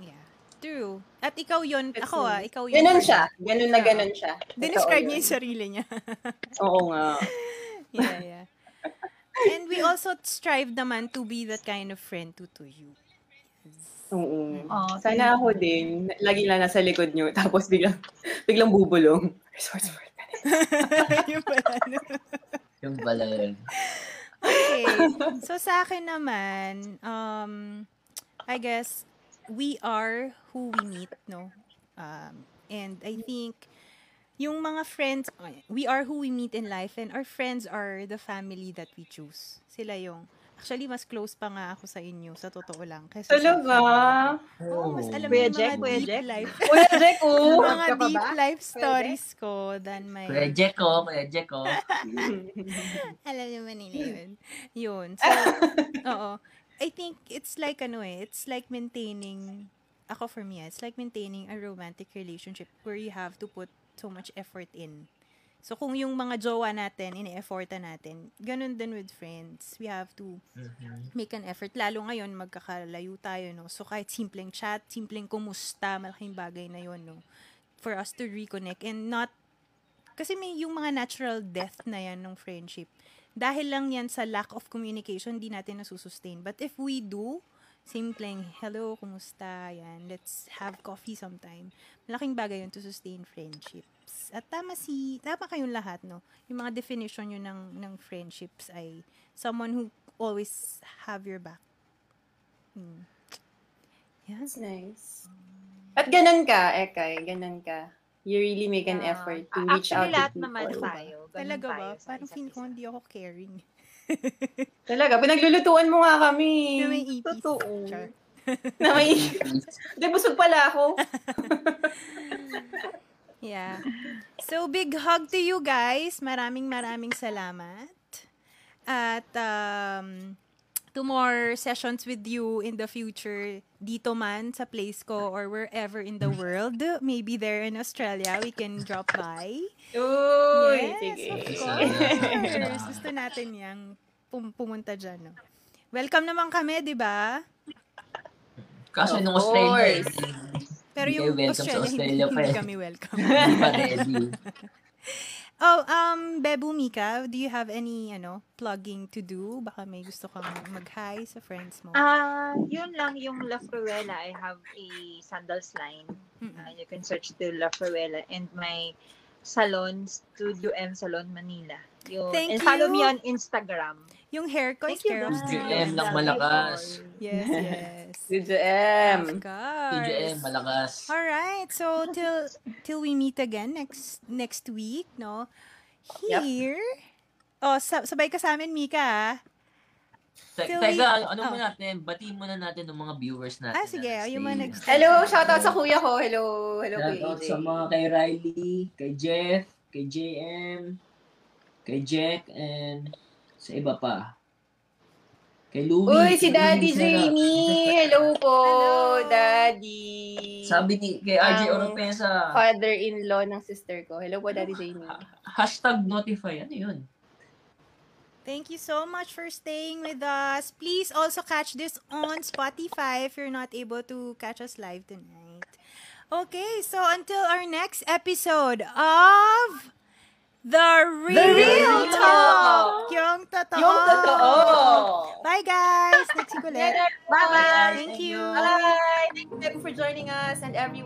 Speaker 1: Yeah. true. At ikaw yun,
Speaker 3: That's
Speaker 1: ako ah,
Speaker 3: nice.
Speaker 1: ikaw yun.
Speaker 3: Ganun siya. Ganun na
Speaker 1: Yeah.
Speaker 3: ganun siya.
Speaker 1: Dinescribe
Speaker 3: Totoo
Speaker 1: niya
Speaker 3: yun.
Speaker 1: yung sarili niya.
Speaker 3: Oo nga.
Speaker 1: yeah, yeah. And we also strive naman to be that kind of friend to to you.
Speaker 3: Oo.
Speaker 5: Oh,
Speaker 3: Sana ako din. Lagi lang nasa likod niyo. Tapos biglang, biglang bubulong. Resourceful.
Speaker 1: Yung pala, no?
Speaker 4: Yung pala yun.
Speaker 1: Okay. So sa akin naman, um, I guess we are who we meet, no? Um, and I think yung mga friends, we are who we meet in life and our friends are the family that we choose. Sila yung, actually mas close pa nga ako sa inyo, sa totoo lang. Kaysa sa-
Speaker 3: Talaga?
Speaker 1: Oo, mas alam niyo yung mga
Speaker 5: Kuya Jack, Kuya
Speaker 1: deep
Speaker 5: Jack.
Speaker 1: life.
Speaker 3: Kuya Jack,
Speaker 1: Yung
Speaker 3: oo.
Speaker 1: mga
Speaker 5: Ka ba
Speaker 1: deep
Speaker 5: ba?
Speaker 1: life
Speaker 5: Jack?
Speaker 1: stories ko than my...
Speaker 4: Kuya Jack ko, Kuya oh. Jack ko.
Speaker 1: Alam naman nila yun.
Speaker 5: Hmm.
Speaker 1: Yun. So, oo. I think it's like ano eh, it's like maintaining, ako for me, ah, it's like maintaining a romantic relationship where you have to put so much effort in. So, kung yung mga jowa natin, ini-effortan natin, ganun din with friends. We have to
Speaker 3: Mm-hmm.
Speaker 4: Mhm.
Speaker 1: make an effort. Lalo ngayon, magkakalayo tayo, no? So, kahit simpleng chat, simpleng kumusta, malaking bagay na yun, no? For us to reconnect and not... Kasi may yung mga natural death na yan ng friendship. Dahil lang yan sa lack of communication, di natin nasusustain. But if we do, simpleng, hello, kumusta, yan, let's have coffee sometime. Malaking bagay yun to sustain friendships. At tama si, tama kayong lahat, no? Yung mga definition yun ng, ng friendships ay someone who always have your back. Mm. Yes.
Speaker 3: That's nice. At ganun ka, Ekay. Ganun ka. You really make an
Speaker 5: Yeah.
Speaker 3: effort to
Speaker 5: Ah,
Speaker 3: reach out
Speaker 5: Actually,
Speaker 3: to
Speaker 5: lahat
Speaker 3: people. diba?
Speaker 5: naman tayo. Ganun
Speaker 1: Talaga ba?
Speaker 5: tayo sa
Speaker 1: Parang
Speaker 5: isa't
Speaker 1: feeling ko
Speaker 5: isa.
Speaker 1: hindi ako caring.
Speaker 3: Talaga, pinaglulutuan mo nga kami.
Speaker 1: Na may
Speaker 5: Hmm,
Speaker 1: ipis.
Speaker 3: Totoo.
Speaker 1: Char.
Speaker 3: Na may Di, busog pala ako.
Speaker 1: Yeah. So, big hug to you guys. Maraming maraming salamat. At um, to more sessions with you in the future, dito man sa place ko or wherever in the world. Maybe there in Australia, we can drop by.
Speaker 3: Uy,
Speaker 1: yes,
Speaker 3: sige.
Speaker 1: of
Speaker 4: Sana.
Speaker 1: course. Gusto natin yang pum- pumunta dyan. No? Welcome naman kami, di ba?
Speaker 4: Kaso
Speaker 3: Of
Speaker 4: nung Australia,
Speaker 3: course.
Speaker 4: hindi
Speaker 1: Pero
Speaker 4: Hindi
Speaker 1: yung
Speaker 4: kayo welcome sa
Speaker 1: Australia,
Speaker 4: Australia
Speaker 1: hindi,
Speaker 4: pa
Speaker 1: hindi
Speaker 4: eh.
Speaker 1: kami welcome.
Speaker 4: hindi pa ready.
Speaker 1: Oh, um, Bebu Mika, do you have any, ano, plugging to do? Baka may gusto kang mag-hi sa friends mo.
Speaker 5: Ah, yun lang yung La Cruella. I have a sandals line.
Speaker 1: Mm-mm.
Speaker 5: Uh, you can search the La Cruella and my salon, Studio M Salon Manila. Yun.
Speaker 1: Thank
Speaker 5: and follow
Speaker 1: you.
Speaker 5: me on Instagram.
Speaker 1: Yung hair ko is
Speaker 5: Thank you,
Speaker 1: care of
Speaker 5: guys.
Speaker 1: Studio
Speaker 4: GM lang
Speaker 1: Salon.
Speaker 4: malakas.
Speaker 1: Yes, yes.
Speaker 3: Studio
Speaker 1: of
Speaker 3: M.
Speaker 1: course.
Speaker 4: TJM, malakas.
Speaker 1: All right. So till till we meet again next next week, no?
Speaker 3: Yep.
Speaker 1: Here. Oh, sa- sabay ka sa amin, Mika. ah.
Speaker 4: Te-
Speaker 1: Till
Speaker 4: Teka,
Speaker 1: we-
Speaker 4: ano
Speaker 1: oh.
Speaker 4: muna natin? Batiin muna natin ng mga viewers natin.
Speaker 1: Ah, sige,
Speaker 4: na
Speaker 1: yung mga next-
Speaker 3: Hello, shoutout sa kuya ko. Hello, hello kuya
Speaker 4: Shoutout
Speaker 3: EJ.
Speaker 4: sa mga kay Riley, kay Jeff, kay JM, kay Jack, and sa iba pa. Kay Louie.
Speaker 3: Uy, si
Speaker 4: Louie
Speaker 3: Daddy
Speaker 4: Sarap.
Speaker 3: Jamie. Hello po,
Speaker 1: Hello.
Speaker 3: Daddy.
Speaker 4: Sabi ni kay RJ
Speaker 3: Ang-
Speaker 4: Oropesa,
Speaker 3: Father-in-law ng sister ko. Hello po, Daddy Jamie.
Speaker 4: Ah. hashtag notify. Ano yun?
Speaker 1: Thank you so much for staying with us. Please also catch this on Spotify if you're not able to catch us live tonight. Okay, so until our next episode of The Real,
Speaker 3: Real
Speaker 1: Talk.
Speaker 3: Talk.
Speaker 1: Yung totoo.
Speaker 3: Yung Oh, totoo.
Speaker 1: Bye guys. Next week ulit.
Speaker 3: Bye-bye.
Speaker 1: Thank you.
Speaker 3: Bye. Thank you for joining us and everyone.